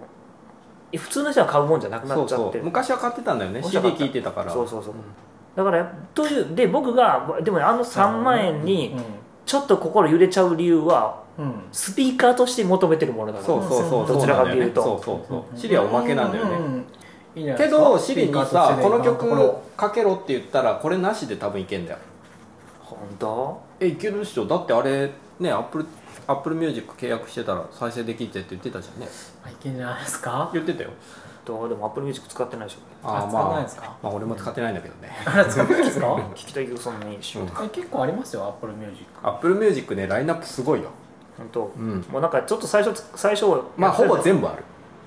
Speaker 3: 普通の人が買うもんじゃなくな
Speaker 2: そ
Speaker 3: っ
Speaker 2: う
Speaker 3: ちゃっ
Speaker 2: そ
Speaker 3: て
Speaker 2: う
Speaker 3: る
Speaker 2: 昔は買ってたんだよね
Speaker 3: 面
Speaker 2: CD
Speaker 3: 白かった
Speaker 2: 聴いてたから
Speaker 3: そうそうそう
Speaker 2: うん
Speaker 3: だからというで僕がでもねあの3万円にちょっと心揺れちゃう理由は
Speaker 1: うん、うん
Speaker 3: スピーカーとして求めてるものだから
Speaker 2: そうそうそう
Speaker 3: どちらかというと
Speaker 2: そうそうそうシリはおまけなんだよ
Speaker 1: う
Speaker 2: ね
Speaker 1: んいいじゃない
Speaker 2: け
Speaker 1: ですか
Speaker 2: どシリに
Speaker 1: スピーカー
Speaker 2: さ
Speaker 1: として
Speaker 2: この
Speaker 1: 今とこ
Speaker 2: 曲かけろって言ったらこれなしで多分いけんだよ
Speaker 3: 本当
Speaker 2: えいけるっしょだってあれねアップルアップルミュージック契約してたら再生できてって言ってたじゃんね
Speaker 1: ろいけんじゃないですか
Speaker 2: 言ってたよ
Speaker 3: どうでもアップルミュージック使ってないでしょ
Speaker 2: あー
Speaker 1: 使わない
Speaker 2: ま
Speaker 1: ですか
Speaker 2: あまあ俺も使ってないんだけどね
Speaker 1: あれ使ってないですか
Speaker 3: 聞きたいけどそんなに仕事
Speaker 1: え結構ありますよアップルミュージッ
Speaker 2: アップルミュージックねラインナップすごいよ
Speaker 3: 本当
Speaker 2: うん
Speaker 3: もうなんかちょっと最初最初
Speaker 2: まあほぼ
Speaker 3: 部
Speaker 2: 全部ある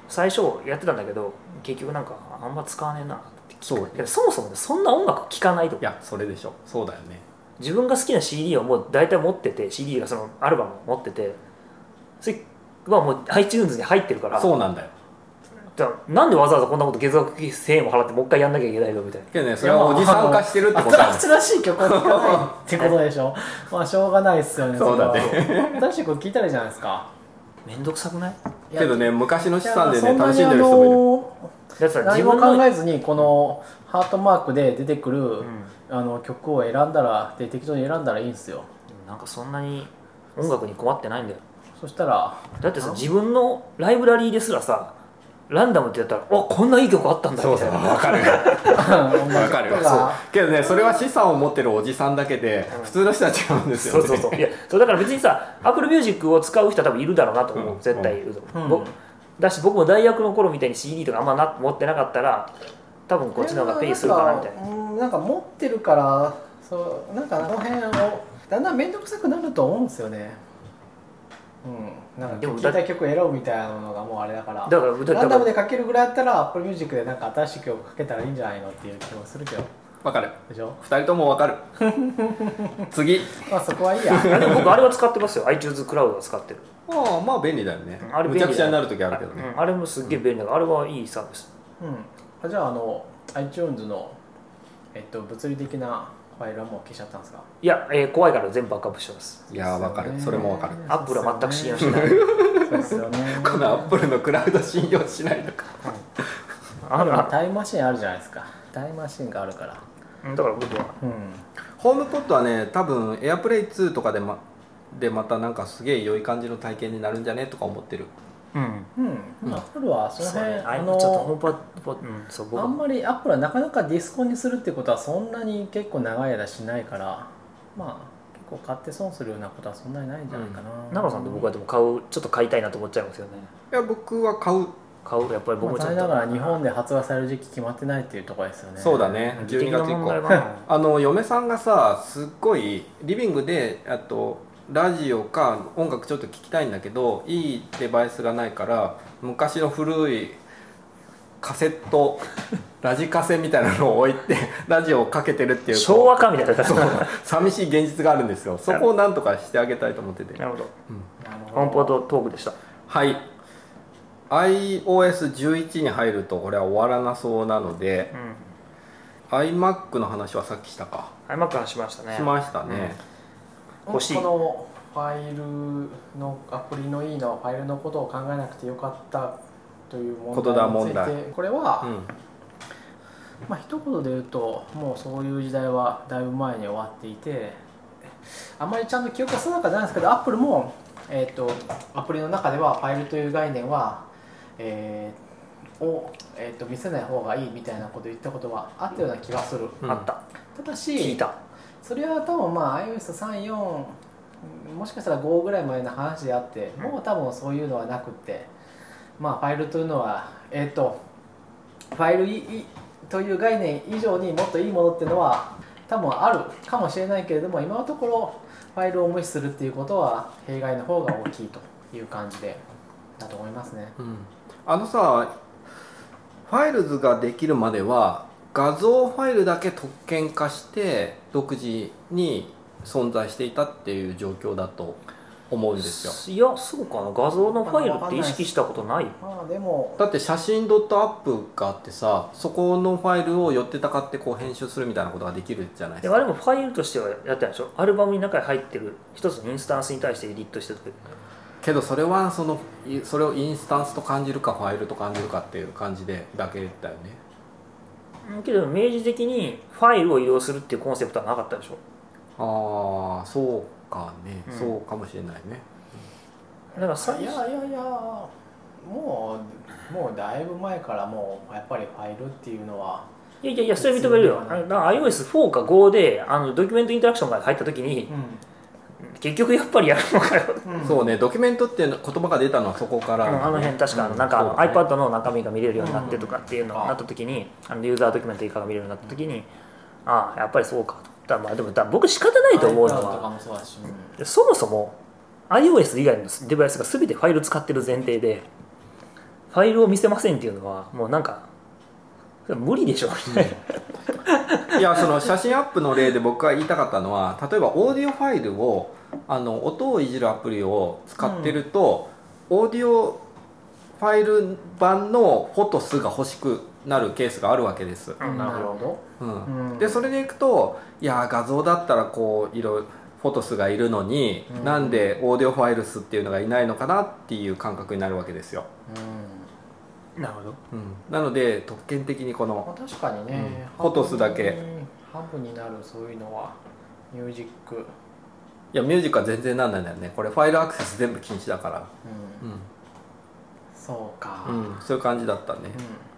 Speaker 3: 最初やってたんだけど結局なんかあんま使わねえなって
Speaker 2: そう
Speaker 3: いやそもそもねそんな音楽聴かないと
Speaker 2: いやそれでしょそうだよね
Speaker 3: 自分が好きな CD をもう大体持ってて CD がそのアルバムを持っててそれはもう iTunes に入ってるから
Speaker 2: そうなんだよ
Speaker 3: じゃあなんでわざわざこんなこと月額1000円も払ってもう一回やんなきゃいけないのみたいな
Speaker 2: けどねそれはおじさん化してるってことだよ
Speaker 1: ク新しい曲を聴かないってことでしょ まあしょうがないっすよね
Speaker 2: そうだね
Speaker 1: れは新しい曲聴いたらいいじゃないですか
Speaker 3: めんどくさくない
Speaker 1: いや
Speaker 2: けどね昔の資産で
Speaker 1: いや
Speaker 2: ね
Speaker 1: まあ
Speaker 2: 楽し
Speaker 1: そ
Speaker 2: ん
Speaker 1: なに
Speaker 2: でる人もい
Speaker 1: あ
Speaker 2: る
Speaker 1: の
Speaker 3: だってさ自
Speaker 1: 何も
Speaker 3: 分の
Speaker 1: 考えずにこのハートマークで出てくる、
Speaker 3: うん
Speaker 1: あの曲を選んだらで適当に選んだらいいんですよ
Speaker 3: なんかそんなに音楽に困ってないんだよ
Speaker 1: そしたら
Speaker 3: だってさ自分のライブラリーですらさランダムってやったら「おこんないい曲あったんだ」
Speaker 2: そ
Speaker 3: み
Speaker 2: うそ
Speaker 3: た
Speaker 2: う
Speaker 3: いな
Speaker 2: わかる わ
Speaker 1: わ
Speaker 2: かるそうけどねそれは資産を持ってるおじさんだけで普通の人は違うんですよ
Speaker 3: そ
Speaker 2: ね
Speaker 3: うそうそういやそうだから別にさ Apple Music を使う人は多分いるだろうなと思う、
Speaker 2: うん
Speaker 3: 絶対いると思う、
Speaker 1: うん
Speaker 3: 僕だし僕も大学の頃みたいに CD とかあんまな持ってなかったら多分こっちの方がペイするかなみたいな
Speaker 1: うんなんか持ってるからそうなんかこの辺をだんだん面倒くさくなると思うんですよねうんなんか
Speaker 3: でも
Speaker 1: 聴いた曲選ぶみたいなのがもうあれだから
Speaker 3: だからだ
Speaker 1: ラン
Speaker 3: だ
Speaker 1: ダ
Speaker 3: か
Speaker 1: ム
Speaker 3: ら
Speaker 1: でかけるぐらいだったら Apple Music でなんか新しい曲かけたらいいんじゃないのっていう気もするけど
Speaker 2: わかる
Speaker 1: でしょ
Speaker 2: 二人ともわ かる次
Speaker 1: まあそこはいいや
Speaker 3: あでも僕あれは使ってますよ iTunes クラウドは使ってる、
Speaker 2: ああまあ便利だよね
Speaker 3: うんあれ
Speaker 2: む
Speaker 3: 便利
Speaker 2: ちゃく
Speaker 3: だよ
Speaker 2: ちゃになる時あるけど
Speaker 3: う
Speaker 2: ね
Speaker 3: んあれもすっげえ便利だからあれはいいサービス
Speaker 1: うんあじゃああの iTunes の、えっと、物理的なファイルはもう消しちゃったんですか
Speaker 3: いや、えー怖いから全部バックアップしてます
Speaker 2: いやーわかるそれもわかる
Speaker 3: アップルは全く信用し
Speaker 1: い
Speaker 3: ない
Speaker 1: そうですよね
Speaker 2: このアップルのクラウド信用しないとか
Speaker 3: あのあ
Speaker 1: タイムマシンあるじゃないですかタイムマシンがあるから
Speaker 3: うん だから僕は
Speaker 1: うん
Speaker 2: ホームポットはね多分 AirPlay2 とかでまでまたなんかすげえ良い感じの体験になるんじゃねとか思ってる
Speaker 3: うん
Speaker 1: うんアップルはその
Speaker 3: そう
Speaker 1: 辺、
Speaker 3: ねあ
Speaker 1: あ
Speaker 3: れもちょっとホー
Speaker 1: の
Speaker 3: ムパッドうんそう僕
Speaker 1: あんまりアップルはなかなかディスコにするってことはそんなに結構長い間しないからまあ結構買って損するようなことはそんなにないんじゃないかな、
Speaker 3: 長野さんと僕はでも買うちょっと買いたいなと思っちゃいますよね
Speaker 2: いや僕は買う
Speaker 3: 買うやっぱり僕
Speaker 1: ま
Speaker 3: も
Speaker 1: あ
Speaker 3: ち
Speaker 1: 残
Speaker 3: ょっ
Speaker 1: 念
Speaker 3: と
Speaker 1: ながら日本で発売される時期決まってないっていうところですよね
Speaker 2: そうだね
Speaker 3: 技
Speaker 2: 12月
Speaker 3: 的な
Speaker 2: 以
Speaker 3: 問題
Speaker 2: 降
Speaker 3: はな
Speaker 2: あの嫁さんがさすっごいリビングであとラジオか音楽ちょっと聞きたいんだけどいいデバイスがないから昔の古いカセット ラジカセみたいなのを置いて ラジオをかけてるっていう
Speaker 3: 昭和かみたいな
Speaker 2: こう寂しい現実があるんですよそこをなんとかしてあげたいと思ってて
Speaker 3: なるほど
Speaker 1: なるほど
Speaker 3: ホームポッドトークでした
Speaker 2: はい iOS11 に入るとこれは終わらなそうなので
Speaker 3: うん
Speaker 2: iMac の話はさっきしたか
Speaker 3: アイマック話しましたね
Speaker 2: しましたね、
Speaker 3: 欲しい
Speaker 1: このファイルのアプリのいいのはファイルのことを考えなくてよかったという問
Speaker 2: 言霊
Speaker 1: 題
Speaker 2: 問
Speaker 1: につい
Speaker 2: 題
Speaker 1: てこれは、
Speaker 2: うん
Speaker 1: まあ一言で言うともうそういう時代はだいぶ前に終わっていてあまりちゃんと記憶が定かじゃないですけどアップルも、えー、とアプリの中ではファイルという概念は、えーを、えー、と見せない方がいいみたいなことを言ったことはあったような気がする。
Speaker 2: うん
Speaker 3: あった
Speaker 1: ただし
Speaker 3: 聞いた
Speaker 1: それは多分まあ iOS34 もしかしたら5ぐらい前の話であってもう多分そういうのはなくってまあファイルというのはえっ、とファイルいいという概念以上にもっといいものっていうのは多分あるかもしれないけれども今のところファイルを無視するっていうことは弊害の方が大きいという感じでだと思いますね。
Speaker 2: うんあのさファイルズができるまでは画像ファイルだけ特権化して独自に存在していたっていう状況だと思うんですよ
Speaker 3: いやそうかな画像のファイルって意識したことない
Speaker 1: まあでも
Speaker 2: だって写真 .app があってさそこのファイルを寄ってたかってこう編集するみたいなことができるじゃないで
Speaker 3: です
Speaker 2: か
Speaker 3: あれもファイルとしてはやってないでしょアルバムに中に入ってる一つのインスタンスに対してエディットしてる
Speaker 2: けどそれはそのいそれをインスタンスと感じるかファイルと感じるかっていう感じでだけだよね
Speaker 3: うんけど明示的にファイルを移動するっていうコンセプトはなかったでしょ
Speaker 2: ああそうかね、
Speaker 3: うん
Speaker 2: そうかもしれないね
Speaker 3: だからさ
Speaker 1: いやいやいやもうもうだいぶ前からもうやっぱりファイルっていうのはい
Speaker 3: やいやいやそれ認めるよあのだから iOS4 か5であのドキュメントインタラクションが入った時に結局やっぱりやるのかよ
Speaker 1: うん
Speaker 2: そうね、ドキュメントっていうの言葉が出たのはそこから、
Speaker 3: あのあの辺確かあのなんかあの
Speaker 2: そうね
Speaker 3: iPad の中身が見れるようになってとかっていうの
Speaker 1: うん
Speaker 3: になった時にあのユーザードキュメント以下が見れるようになった時にああやっぱりそうかとだからまあでもだ僕仕方ないと思うの
Speaker 1: iCloud とか
Speaker 3: は
Speaker 1: もそうだし、うん
Speaker 3: そもそも iOS 以外のデバイスが全てファイル使ってる前提でファイルを見せませんっていうのはもうなんかそれ無理でしょみたい
Speaker 2: いやその写真アップの例で僕が言いたかったのは例えばオーディオファイルをあの音をいじるアプリを使ってると、オーディオファイル版のフォト数が欲しくなるケースがあるわけです、
Speaker 3: な
Speaker 1: なるほ
Speaker 2: うん
Speaker 1: ど、うん
Speaker 2: でそれでいくといや画像だったらこういろいろフォトスがいるのに、
Speaker 1: うん
Speaker 2: なんでオーディオファイルスっていうのがいないのかなっていう感覚になるわけですよ、
Speaker 1: うん
Speaker 3: なるほど
Speaker 2: うん、なので特権的にこの
Speaker 1: まあ、確かにね、
Speaker 2: うんフォトスだけ
Speaker 1: ハブになるそういうのはミュージック、うん、
Speaker 2: いやミュージックは全然なんないんだよねこれファイルアクセス全部禁止だからう
Speaker 1: そうか、
Speaker 2: ん、うん、そういう感じだったね
Speaker 1: うん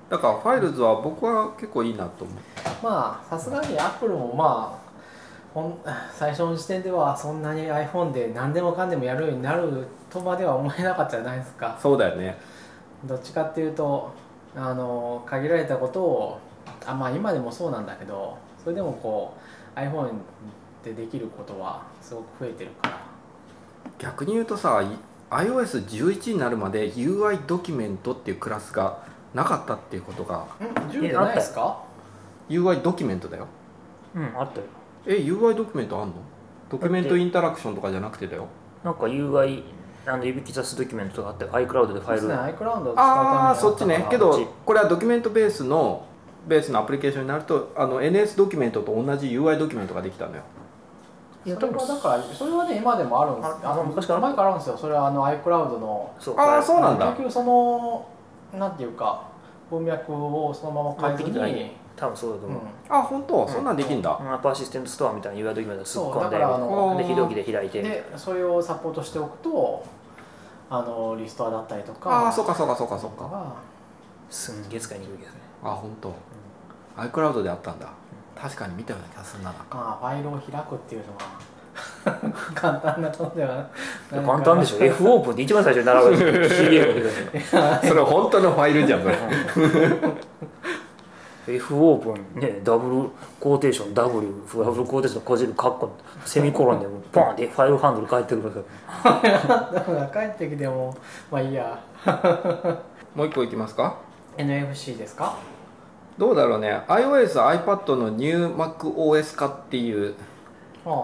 Speaker 2: だからファイルズは僕は結構いいなと思う
Speaker 1: まあさすがにアップルもまあほん最初の時点ではそんなに iPhone で何でもかんでもやるようになるとまでは思えなかったじゃないですか
Speaker 2: そうだよね
Speaker 1: どっちかっていうとあの限られたことをあまあ今でもそうなんだけどそれでもこう iPhone でできることはすごく増えてるから
Speaker 2: 逆に言うとさい iOS11 になるまで UI ドキュメントっていうクラスがなかったっていうことが
Speaker 1: うん
Speaker 3: 10でないです
Speaker 1: か
Speaker 2: UI ドキュメントだよ
Speaker 3: うんあったよ
Speaker 2: え UI ドキュメントあんのドキュメントインタラクションとかじゃなくてだよ
Speaker 3: なんか UI あの指きさすドキュメントとかあって iCloud でファイ
Speaker 1: そう
Speaker 3: ル
Speaker 1: ですね iCloud を使うために
Speaker 2: ああーそっち
Speaker 1: や
Speaker 2: ね
Speaker 1: た
Speaker 2: け
Speaker 3: こっ
Speaker 2: ど
Speaker 3: ち
Speaker 2: これはドキュメントベースのベースのアプリケーションになるとあの NS ドキュメントと同じ UI ドキュメントができたのよ
Speaker 1: いやそれはだからそれはね今でもあるんです
Speaker 3: あ
Speaker 1: あの
Speaker 3: 昔からあった
Speaker 1: 前からあるんですよそれはあの iCloud の
Speaker 3: そう
Speaker 2: あーそうなんだ
Speaker 1: 結局そのなんていうか文脈をそのまま変えずに、
Speaker 3: 持ってきてない多分そうだと
Speaker 1: う
Speaker 3: 思う、
Speaker 1: ん、
Speaker 2: あ本当そんなんできんだ、
Speaker 3: アッパーアシステントストアみたいな UI ドキュメント突っ
Speaker 1: そう
Speaker 3: 込
Speaker 1: だ
Speaker 3: んで
Speaker 1: からあ
Speaker 2: あ
Speaker 1: の
Speaker 2: ー
Speaker 3: で非同期で開いてみたいな
Speaker 1: でそれをサポートしておくとあのリストアだったりとか
Speaker 2: ああそうかそうかそうかそう
Speaker 1: と
Speaker 2: か
Speaker 1: か
Speaker 3: すんげえ使いにくいけどね
Speaker 2: あ本当、iCloud であったんだ確かに見たような気がするな
Speaker 1: まあファイルを開くっていうのは 簡単なことではない
Speaker 3: 簡 単でしょ F オープンって一番最初に習うやつ CDF
Speaker 2: それ本当のファイルじゃんそれ
Speaker 3: F オープンねダブルコーテーション W ダブルコーテーションこじるカッコセミコロンでポンってファイルハンドル返ってくるから
Speaker 1: だから帰ってきてもまあいいや
Speaker 2: もう一個いきますか
Speaker 1: NFC ですか
Speaker 2: どうだろうね iOSiPad のニュー MacOS 化っていう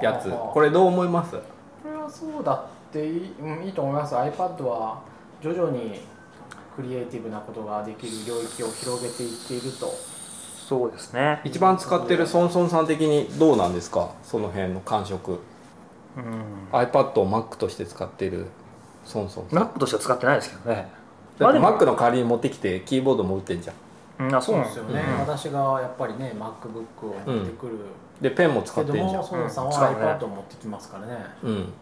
Speaker 2: やつ
Speaker 1: はあはあ
Speaker 2: これどう思います
Speaker 1: これはそうだっていい,、うん、いいと思います iPad は徐々にクリエイティブなことができる領域を広げていっていると
Speaker 3: そうですね
Speaker 2: 一番使ってるソンソンさん的にどうなんですかその辺の感触
Speaker 3: うん
Speaker 2: iPad を Mac として使ってるソンソンさん
Speaker 3: Mac としては使ってないですけどね
Speaker 2: だって
Speaker 3: まあでも
Speaker 2: Mac の代わりに持ってきてキーボードも打ってんじゃん
Speaker 3: うんあそうなんです
Speaker 1: よ
Speaker 3: よ
Speaker 1: ね、
Speaker 2: うん
Speaker 1: 私がやっぱりね MacBook を持ってくる
Speaker 2: でペンも使
Speaker 1: け
Speaker 2: って
Speaker 1: ど
Speaker 2: んじゃ
Speaker 1: も
Speaker 2: ん
Speaker 1: 園、うさん
Speaker 3: 使うね
Speaker 1: は iPad を持ってきますからね、
Speaker 2: うん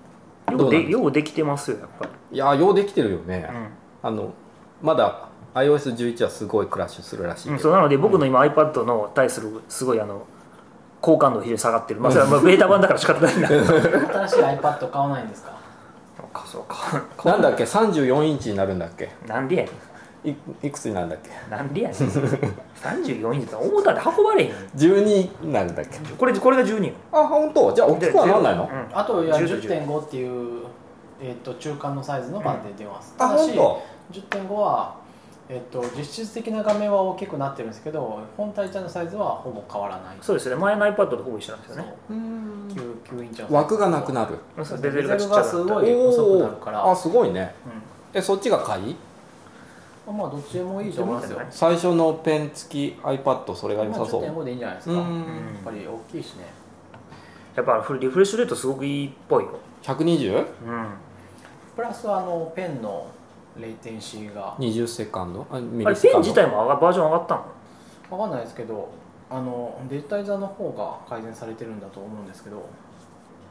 Speaker 2: ど
Speaker 3: よ
Speaker 2: うなん
Speaker 3: う
Speaker 2: です
Speaker 3: で
Speaker 2: か
Speaker 3: ようできてますよやっぱり
Speaker 2: いやーようできてるよね、
Speaker 3: うん
Speaker 2: あのまだ iOS11 はすごいクラッシュするらしいけ
Speaker 3: うん、
Speaker 2: ど、
Speaker 3: そうなので僕の今 iPad の対するすごいあの好感度が非常に下がってる、まあ、それはまあベータ版だから仕方ないんだ
Speaker 1: 新しい iPad 買わないんですか
Speaker 3: そうかそうか
Speaker 2: なんだっけ34インチになるんだっけ
Speaker 3: なんでやね
Speaker 2: いいくつになるんだっけ
Speaker 3: んなんでやねん34インチだ重たで運ばれへんよ
Speaker 2: 12になるんだっけ
Speaker 3: これこれが12よ
Speaker 2: あ本当じゃあ大きくはなんないの
Speaker 3: うん
Speaker 1: あといや
Speaker 3: 10と10
Speaker 1: 10.5っていう、えっと中間のサイズの版で出ます、
Speaker 2: あ
Speaker 1: ただし
Speaker 2: 本当
Speaker 1: 10.5はえっと、実質的な画面は大きくなってるんですけど本体ちゃんのサイズはほぼ変わらない
Speaker 3: そうですよね前の iPad とほぼ一緒なんですよね
Speaker 2: うん
Speaker 1: そう9 9インチの
Speaker 2: 枠がなくなる
Speaker 3: そう
Speaker 1: ベ
Speaker 3: ベ
Speaker 1: ゼル
Speaker 3: ゼル
Speaker 1: が
Speaker 3: が
Speaker 1: ちっ
Speaker 3: ちっ
Speaker 1: ち
Speaker 3: ち
Speaker 1: ゃ
Speaker 3: ゃ
Speaker 1: く
Speaker 3: く
Speaker 1: な
Speaker 3: な
Speaker 1: っ
Speaker 3: った
Speaker 1: すご
Speaker 3: た
Speaker 1: い細くなるから
Speaker 2: あすごいね
Speaker 3: う
Speaker 2: えそっちが買い
Speaker 1: まあどっちでもいいと思いますよ
Speaker 3: どっち
Speaker 2: 最初のペン付き iPad それが良
Speaker 1: まあ
Speaker 2: さそう
Speaker 1: 10.5でいいんじゃないです
Speaker 2: う
Speaker 1: かやっ
Speaker 2: ん
Speaker 1: ぱり大きいしね
Speaker 3: やっぱフルリフレッシュレートすごくいいっぽいよ
Speaker 2: 120?20
Speaker 3: うん
Speaker 1: プラスあのペンのレイテンシーが
Speaker 2: セカンドあ
Speaker 3: あ
Speaker 2: ミ
Speaker 3: れ
Speaker 2: リセ
Speaker 3: ペン
Speaker 2: カン
Speaker 3: 自
Speaker 2: ド
Speaker 3: 体も上がバージョン上がったの
Speaker 1: 分かんないですけどあのデジタイザーの方が改善されてるんだと思うんですけど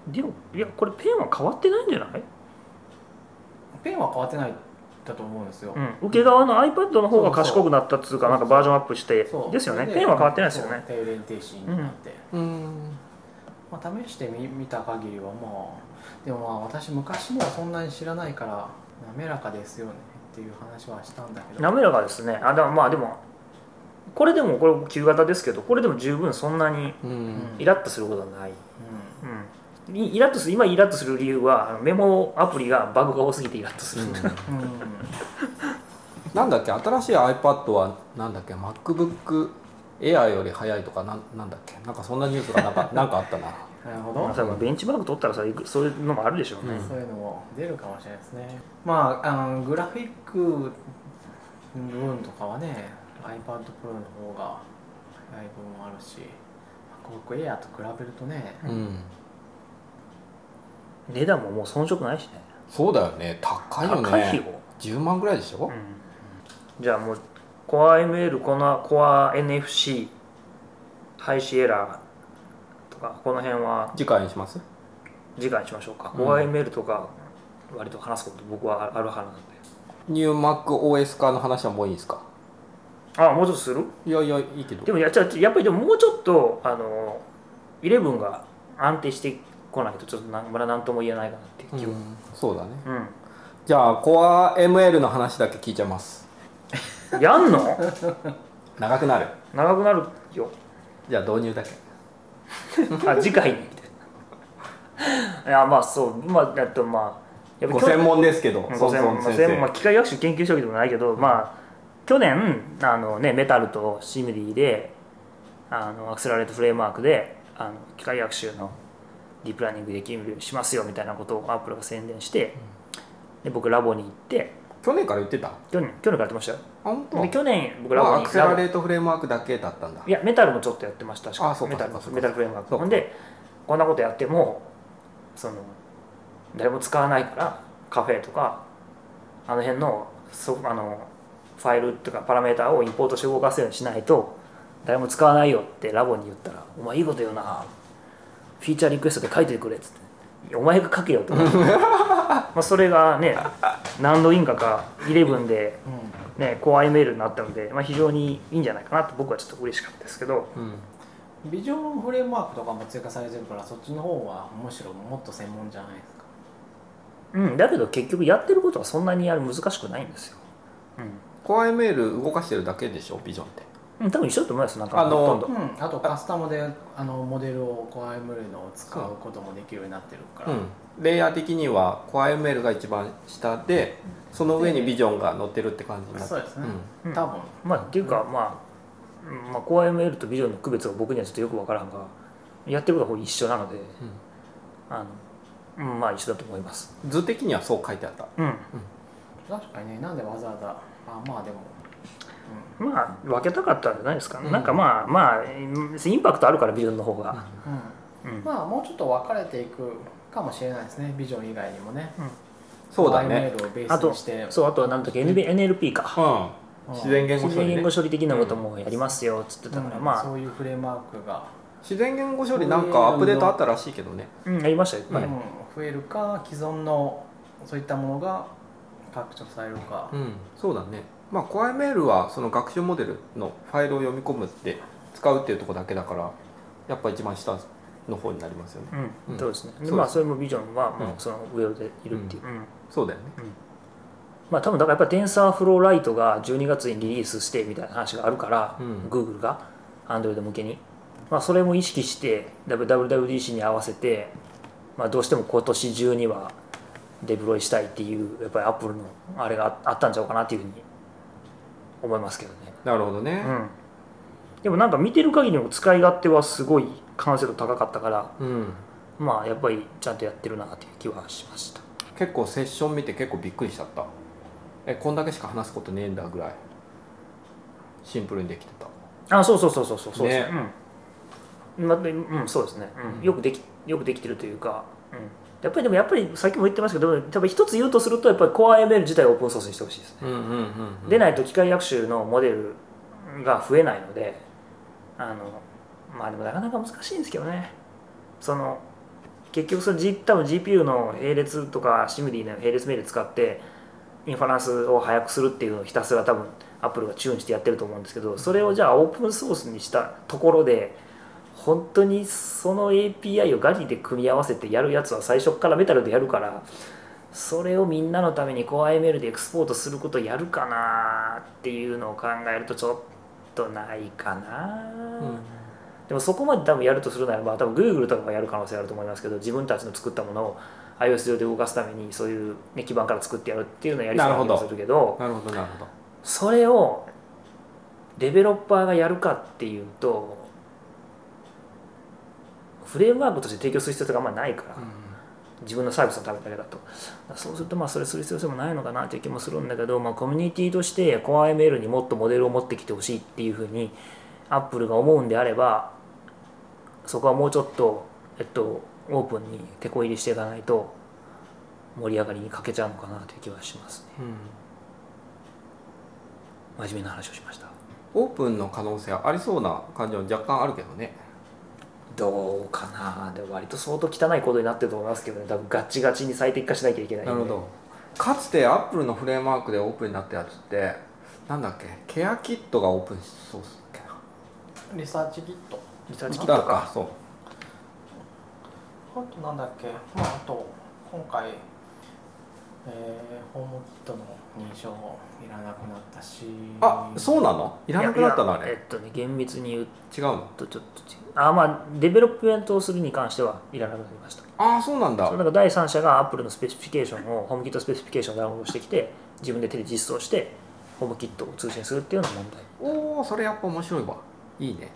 Speaker 3: でもいやこれペンは変わってないんじゃない、
Speaker 1: ペンは変わってないだと思うんですよ、
Speaker 3: うん、受け側の iPad の方が賢くなったっつうかなんかバージョンアップして
Speaker 1: そう
Speaker 3: ですよね
Speaker 1: それ
Speaker 3: ペンは変わってないですよね
Speaker 1: そう低連停止になって、
Speaker 2: うん
Speaker 1: まあ、試してみ見た限りはまあでもまあ私昔のはそんなに知らないから滑らかですよねっていう話はしたんだけど
Speaker 3: 滑らかですねあでもまあでもこれでもこれ旧型ですけどこれでも十分そんなに
Speaker 2: うん、
Speaker 1: うん
Speaker 3: イラッとすることはない、
Speaker 1: う
Speaker 3: うん、いイラッとする今イラッとする理由はあのメモアプリがバグが多すぎてイラッと する、
Speaker 1: ん、うん、
Speaker 2: なんだっけ新しい iPad はなんだっけ MacBook Air より速いとかなんなんだっけなんかそんなニュースがなん かなんかあったな
Speaker 1: なるほ
Speaker 3: まあ
Speaker 1: ど
Speaker 3: さベンチマーク取ったらさいくそういうのもあるでしょうね、
Speaker 2: うん
Speaker 1: そういうのも出るかもしれないですねまああのグラフィック部分とかはね iPad Pro の方が早い部分もあるし MacBook Air と比べるとね
Speaker 2: うん
Speaker 3: 値段ももう遜色ないしね
Speaker 2: そうだよね高いよね
Speaker 3: 高いよ、
Speaker 2: 10万ぐらいでしょ、
Speaker 3: うん、じゃあもう CoreML この CoreNFC ハイシエラーとかこの辺は
Speaker 2: 次回にします
Speaker 3: 次回にしましょうか、
Speaker 2: うん
Speaker 3: CoreML とか割と話すこと僕はある派なんで
Speaker 2: ニューマック OS 化の話はもういいですか
Speaker 3: あもうちょっとする
Speaker 2: いやいやいいけど
Speaker 3: でもやっちゃやっぱりでももうちょっとあの11が安定してこないとちょっとなんまだ何とも言えないかなっていう
Speaker 2: う
Speaker 3: 気は
Speaker 2: ん、そうだね
Speaker 3: うん、
Speaker 2: じゃあ CoreML の話だけ聞いちゃいます
Speaker 3: やんの
Speaker 2: 長くなる
Speaker 3: 長くなるよ
Speaker 2: じゃあ導入だけ
Speaker 3: あ次 回にみたいないやまあそうまあえっとまあやっ
Speaker 2: ご
Speaker 3: ぱ去
Speaker 2: 専門ですけど
Speaker 3: うん
Speaker 2: ソ
Speaker 3: ご
Speaker 2: ン
Speaker 3: 専
Speaker 2: ソン
Speaker 3: 門まあ
Speaker 2: 先
Speaker 3: 専門まあ
Speaker 2: 生
Speaker 3: 機械学習研究所でもないけど、まあ去年あの、ね、メタルとシムリーであのアクセラレートフレームワークであの機械学習のディープラーニングできるようにしますよみたいなことをアップルが宣伝して、で僕ラボに行って
Speaker 2: 去年から言ってた
Speaker 3: 去年去年からやってましたよ
Speaker 2: 本当
Speaker 3: で去年僕
Speaker 2: ま
Speaker 3: ラボに、
Speaker 2: あ、アクセラレートフレームワークだけだったんだ
Speaker 3: いやメタルもちょっとやってましたし
Speaker 2: あそうか
Speaker 3: メタル
Speaker 2: そうかそうか
Speaker 3: メタルフレームワー
Speaker 2: そ
Speaker 3: ク
Speaker 2: うか
Speaker 3: ほんでこんなことやってもその誰も使わないからカフェとかあの辺のそあのファイルとかパラメータをインポートして動かすようにしないと誰も使わないよってラボに言ったら「お前いいこと言うなフィーチャーリクエストで書いてくれ」っつっていや「お前が書けよ」とか まあそれがね何度インカか11で
Speaker 1: うん
Speaker 3: ね、怖いメールになったので、まあ、非常にいいんじゃないかなと僕はちょっと嬉しかったですけど、
Speaker 2: うん
Speaker 1: ビジョンフレームワークとかも追加されてるからそっちの方はむしろもっと専門じゃないですか
Speaker 3: うん、だけど結局やってることはそんなにあれ難しくないんですよ。
Speaker 2: コア ML 動かしてるだけでしょビジョンって
Speaker 3: うん、うん、多分一緒だと思いますなんか
Speaker 2: あの
Speaker 3: ほとんど、
Speaker 1: うんあとカスタムであのモデルを CoreML のを使うこともできるようになってるから、
Speaker 2: うんレイヤー的にはコア ML が一番下でその上にビジョンが乗ってるって感じになって
Speaker 1: そうですね、
Speaker 3: うん
Speaker 1: 多分
Speaker 3: まあっていうか、まあうんまあ、コア ML とビジョンの区別は僕にはちょっとよくわからんがやってることはほぼ一緒なので、あのうん、まあ一緒だと思います。
Speaker 2: うん図的にはそう書いてあった
Speaker 3: うん、
Speaker 1: 確かにねなんでわざわざあまあでも、
Speaker 3: まあ分けたかったんじゃないですか、
Speaker 2: うん
Speaker 3: なんかまあまあうんインパクトあるからビジョンの方が。
Speaker 1: うん
Speaker 3: うん
Speaker 1: まあもうちょっと分かれていくかもしれないですねビジョン以外にもね
Speaker 2: そうだね
Speaker 1: CoreML をベ
Speaker 3: あ
Speaker 1: ース
Speaker 3: と
Speaker 1: にして
Speaker 3: そうあとはなんだっけ NB NLP か。
Speaker 2: うん
Speaker 1: うん
Speaker 2: 自然言語
Speaker 3: 自
Speaker 2: 処
Speaker 3: 然
Speaker 2: 理、
Speaker 3: 言
Speaker 2: ね
Speaker 3: 語、処理的なこともやりますよっつってたから、
Speaker 1: うん
Speaker 3: まあ
Speaker 1: そういうフレームワークが、
Speaker 2: 自然言語処理なんかアップデートあったらしいけどね
Speaker 3: うん、やりましたよいっぱい、
Speaker 1: うん増えるか既存のそういったものが拡張されるか、
Speaker 2: うんそうだねまあコア ML はその学習モデルのファイルを読み込むって使うっていうところだけだからやっぱ一番下の方になりますよね
Speaker 3: うん
Speaker 2: うん
Speaker 3: そうですね
Speaker 2: そ
Speaker 3: で
Speaker 2: うです
Speaker 3: まあそれもビジョンはもう
Speaker 2: うん
Speaker 3: その上でいるっていう、うん
Speaker 2: そうだよね
Speaker 3: まあ多分だからやっぱりテンサーフローライトが12月にリリースしてみたいな話があるから、
Speaker 2: うん
Speaker 3: Google が Android 向けに、まあ、それも意識して WWDC に合わせて、まあ、どうしても今年中にはデプロイしたいっていうやっぱり Apple のあれがああったんちゃうかなっていうふうに思いますけどね、
Speaker 2: なるほどね
Speaker 3: う。ん、でもなんか見てる限りの使い勝手はすごい完成度高かったから
Speaker 2: うん。
Speaker 3: まあやっぱりちゃんとやってるなっていう気はしました
Speaker 2: 結構セッション見て結構びっくりしちゃった。え、こんだけしか話すことねえんだぐらい。シンプルにできてた。
Speaker 3: あそうそうそうそうそうそうです
Speaker 2: ね
Speaker 3: うん、まあでうん、そうですね、
Speaker 2: う
Speaker 3: うんん、よくできよくできてるというか、うん、やっぱりでもやっぱりさっきも言ってましたけど多分一つ言うとするとやっぱり CoreML 自体をオープンソースにしてほしいですね、
Speaker 2: うんうんうん、
Speaker 3: でないと機械学習のモデルが増えないのであのまあでもなかなか難しいんですけどねその結局その、G、多分 GPU の並列とかシムディの並列命令使ってインファランスを速くするっていうのをひたすら多分アップルがチューンしてやってると思うんですけどそれをじゃあオープンソースにしたところで本当にその API をガリで組み合わせてやるやつは最初からメタルでやるからそれをみんなのために CoreML でエクスポートすることやるかなっていうのを考えるとちょっとないかな、
Speaker 2: うん
Speaker 3: でもそこまで多分やるとするならば多分 Google とかがやる可能性あると思いますけど自分たちの作ったものを iOS 上で動かすためにそういう、ね、基盤から作ってやるっていうのをやりそうな気がするけど
Speaker 2: なるほどなるほど。
Speaker 3: それをデベロッパーがやるかっていうとフレームワークとして提供する必要性があんまりないから、自分のサービスのためだけだとそうするとまあそれする必要性もないのかなという気もするんだけど、まあ、コミュニティとして CoreML にもっとモデルを持ってきてほしいっていうふうにアップルが思うんであればそこはもうちょっと、えっと、オープンに手こ入れしていかないと盛り上がりに欠けちゃうのかなという気はしますね
Speaker 2: うん
Speaker 3: 真面目な話をしました
Speaker 2: オープンの可能性ありそうな感じは若干あるけどね。
Speaker 3: どうかなでも割と相当汚いことになってると思いますけどね多分ガチガチに最適化しなきゃいけないん
Speaker 2: な
Speaker 3: で
Speaker 2: るほど。かつてアップルのフレームワークでオープンになったやつって、なんだっけ、ケアキットがオープンソースだっ
Speaker 1: リサーチキット
Speaker 3: リサーチ
Speaker 2: け
Speaker 3: キッ
Speaker 2: な。
Speaker 3: ト
Speaker 2: だ
Speaker 3: か
Speaker 2: か、そう。
Speaker 1: あとなんだっけ、まあ、あと今回、えー、ホームキットの認証もいらなくなったし
Speaker 2: あ、そうなのいらなくなったのあ
Speaker 3: いやい
Speaker 2: れ
Speaker 3: や。えっとね厳密に言う
Speaker 2: 違うの
Speaker 3: とちょっと違うあまあデベロップメントをするに関してはいらなくなりました
Speaker 2: ああ、そうなんだ
Speaker 3: その。なんか第三者が Apple のスペシフィケーションを HomeKit スペシフィケーションをダウンロードしてきて自分で手で実装して HomeKit を通信するっていうような問題
Speaker 2: おお、それやっぱ面白いわ。いいね。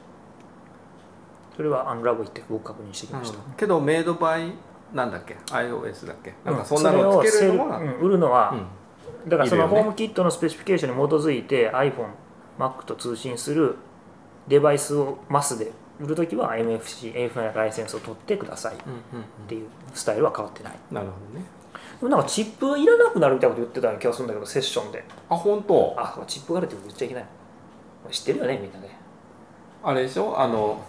Speaker 3: それはアンラボ行って僕確認してき
Speaker 2: な
Speaker 3: ま
Speaker 2: る
Speaker 3: し
Speaker 2: ほ
Speaker 3: た
Speaker 2: どけど、メイドバイ、なんだっけ ?iOS だっけなんかそんなの
Speaker 3: う
Speaker 2: つけ
Speaker 3: そ
Speaker 2: る
Speaker 3: れ
Speaker 2: の
Speaker 3: を
Speaker 2: が
Speaker 3: セー。ルうん売るのは、
Speaker 2: うん
Speaker 3: だからその
Speaker 2: いるよね
Speaker 3: HomeKit のスペシフィケーションに基づいて iPhone、Mac と通信するデバイスをマスで売るときは MFC、AFN ライセンスを取ってくださいっ
Speaker 2: うんうんうん
Speaker 3: ていうスタイルは変わってない
Speaker 2: なるほどね。
Speaker 3: でもなんかチップいらなくなるみたいなこと言ってたような気がするんだけどセッションで
Speaker 2: あ、本当。
Speaker 3: あチップがあるってこと言っちゃいけない知ってるよねみんなね
Speaker 2: あれでしょあの、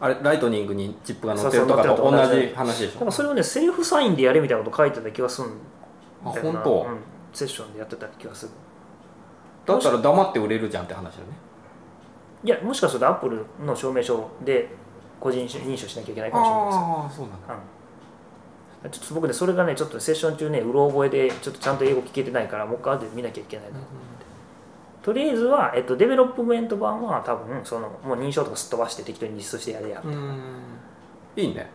Speaker 2: あれ、ライトニングにチップが乗ってる
Speaker 3: そ
Speaker 2: と
Speaker 3: うそ
Speaker 2: か
Speaker 3: う
Speaker 2: と同
Speaker 3: 乗ってると同
Speaker 2: じ
Speaker 3: じ
Speaker 2: 話でし
Speaker 3: だか
Speaker 2: ょ
Speaker 3: らそれをねセルフサインでやれみたいなこと書いてた気がするん
Speaker 2: あ、
Speaker 3: だよな
Speaker 2: 本当
Speaker 3: う。ん、セッションでやってた気がする
Speaker 2: だったら黙って売れるじゃんって話だよね
Speaker 3: いやもしかするとアップルの証明書で個人認証しなきゃいけないかもしれないです
Speaker 2: あそうなんだ
Speaker 3: うん、ちょっと僕ねそれがねちょっとセッション中ねうろ覚えでちょっとちゃんと英語聞けてないからもう一回後で見なきゃいけないな、とりあえずは、えっと、デベロップメント版は多分そのもう認証とかすっ飛ばして適当に実装してやれや、
Speaker 2: うんいいね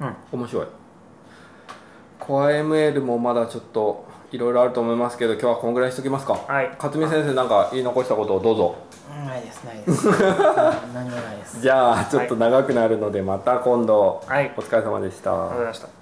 Speaker 3: うん
Speaker 2: 面白い CoreML もまだちょっといろいろあると思いますけど今日はこんぐらいにしときますか
Speaker 3: はい
Speaker 2: 勝見先生なんか言い残したことをどうぞ
Speaker 1: うんないですないです うん何もないです
Speaker 2: じゃあちょっと長くなるのでまた今度、
Speaker 3: はい
Speaker 2: お疲れ様でした、
Speaker 3: ありがとうございました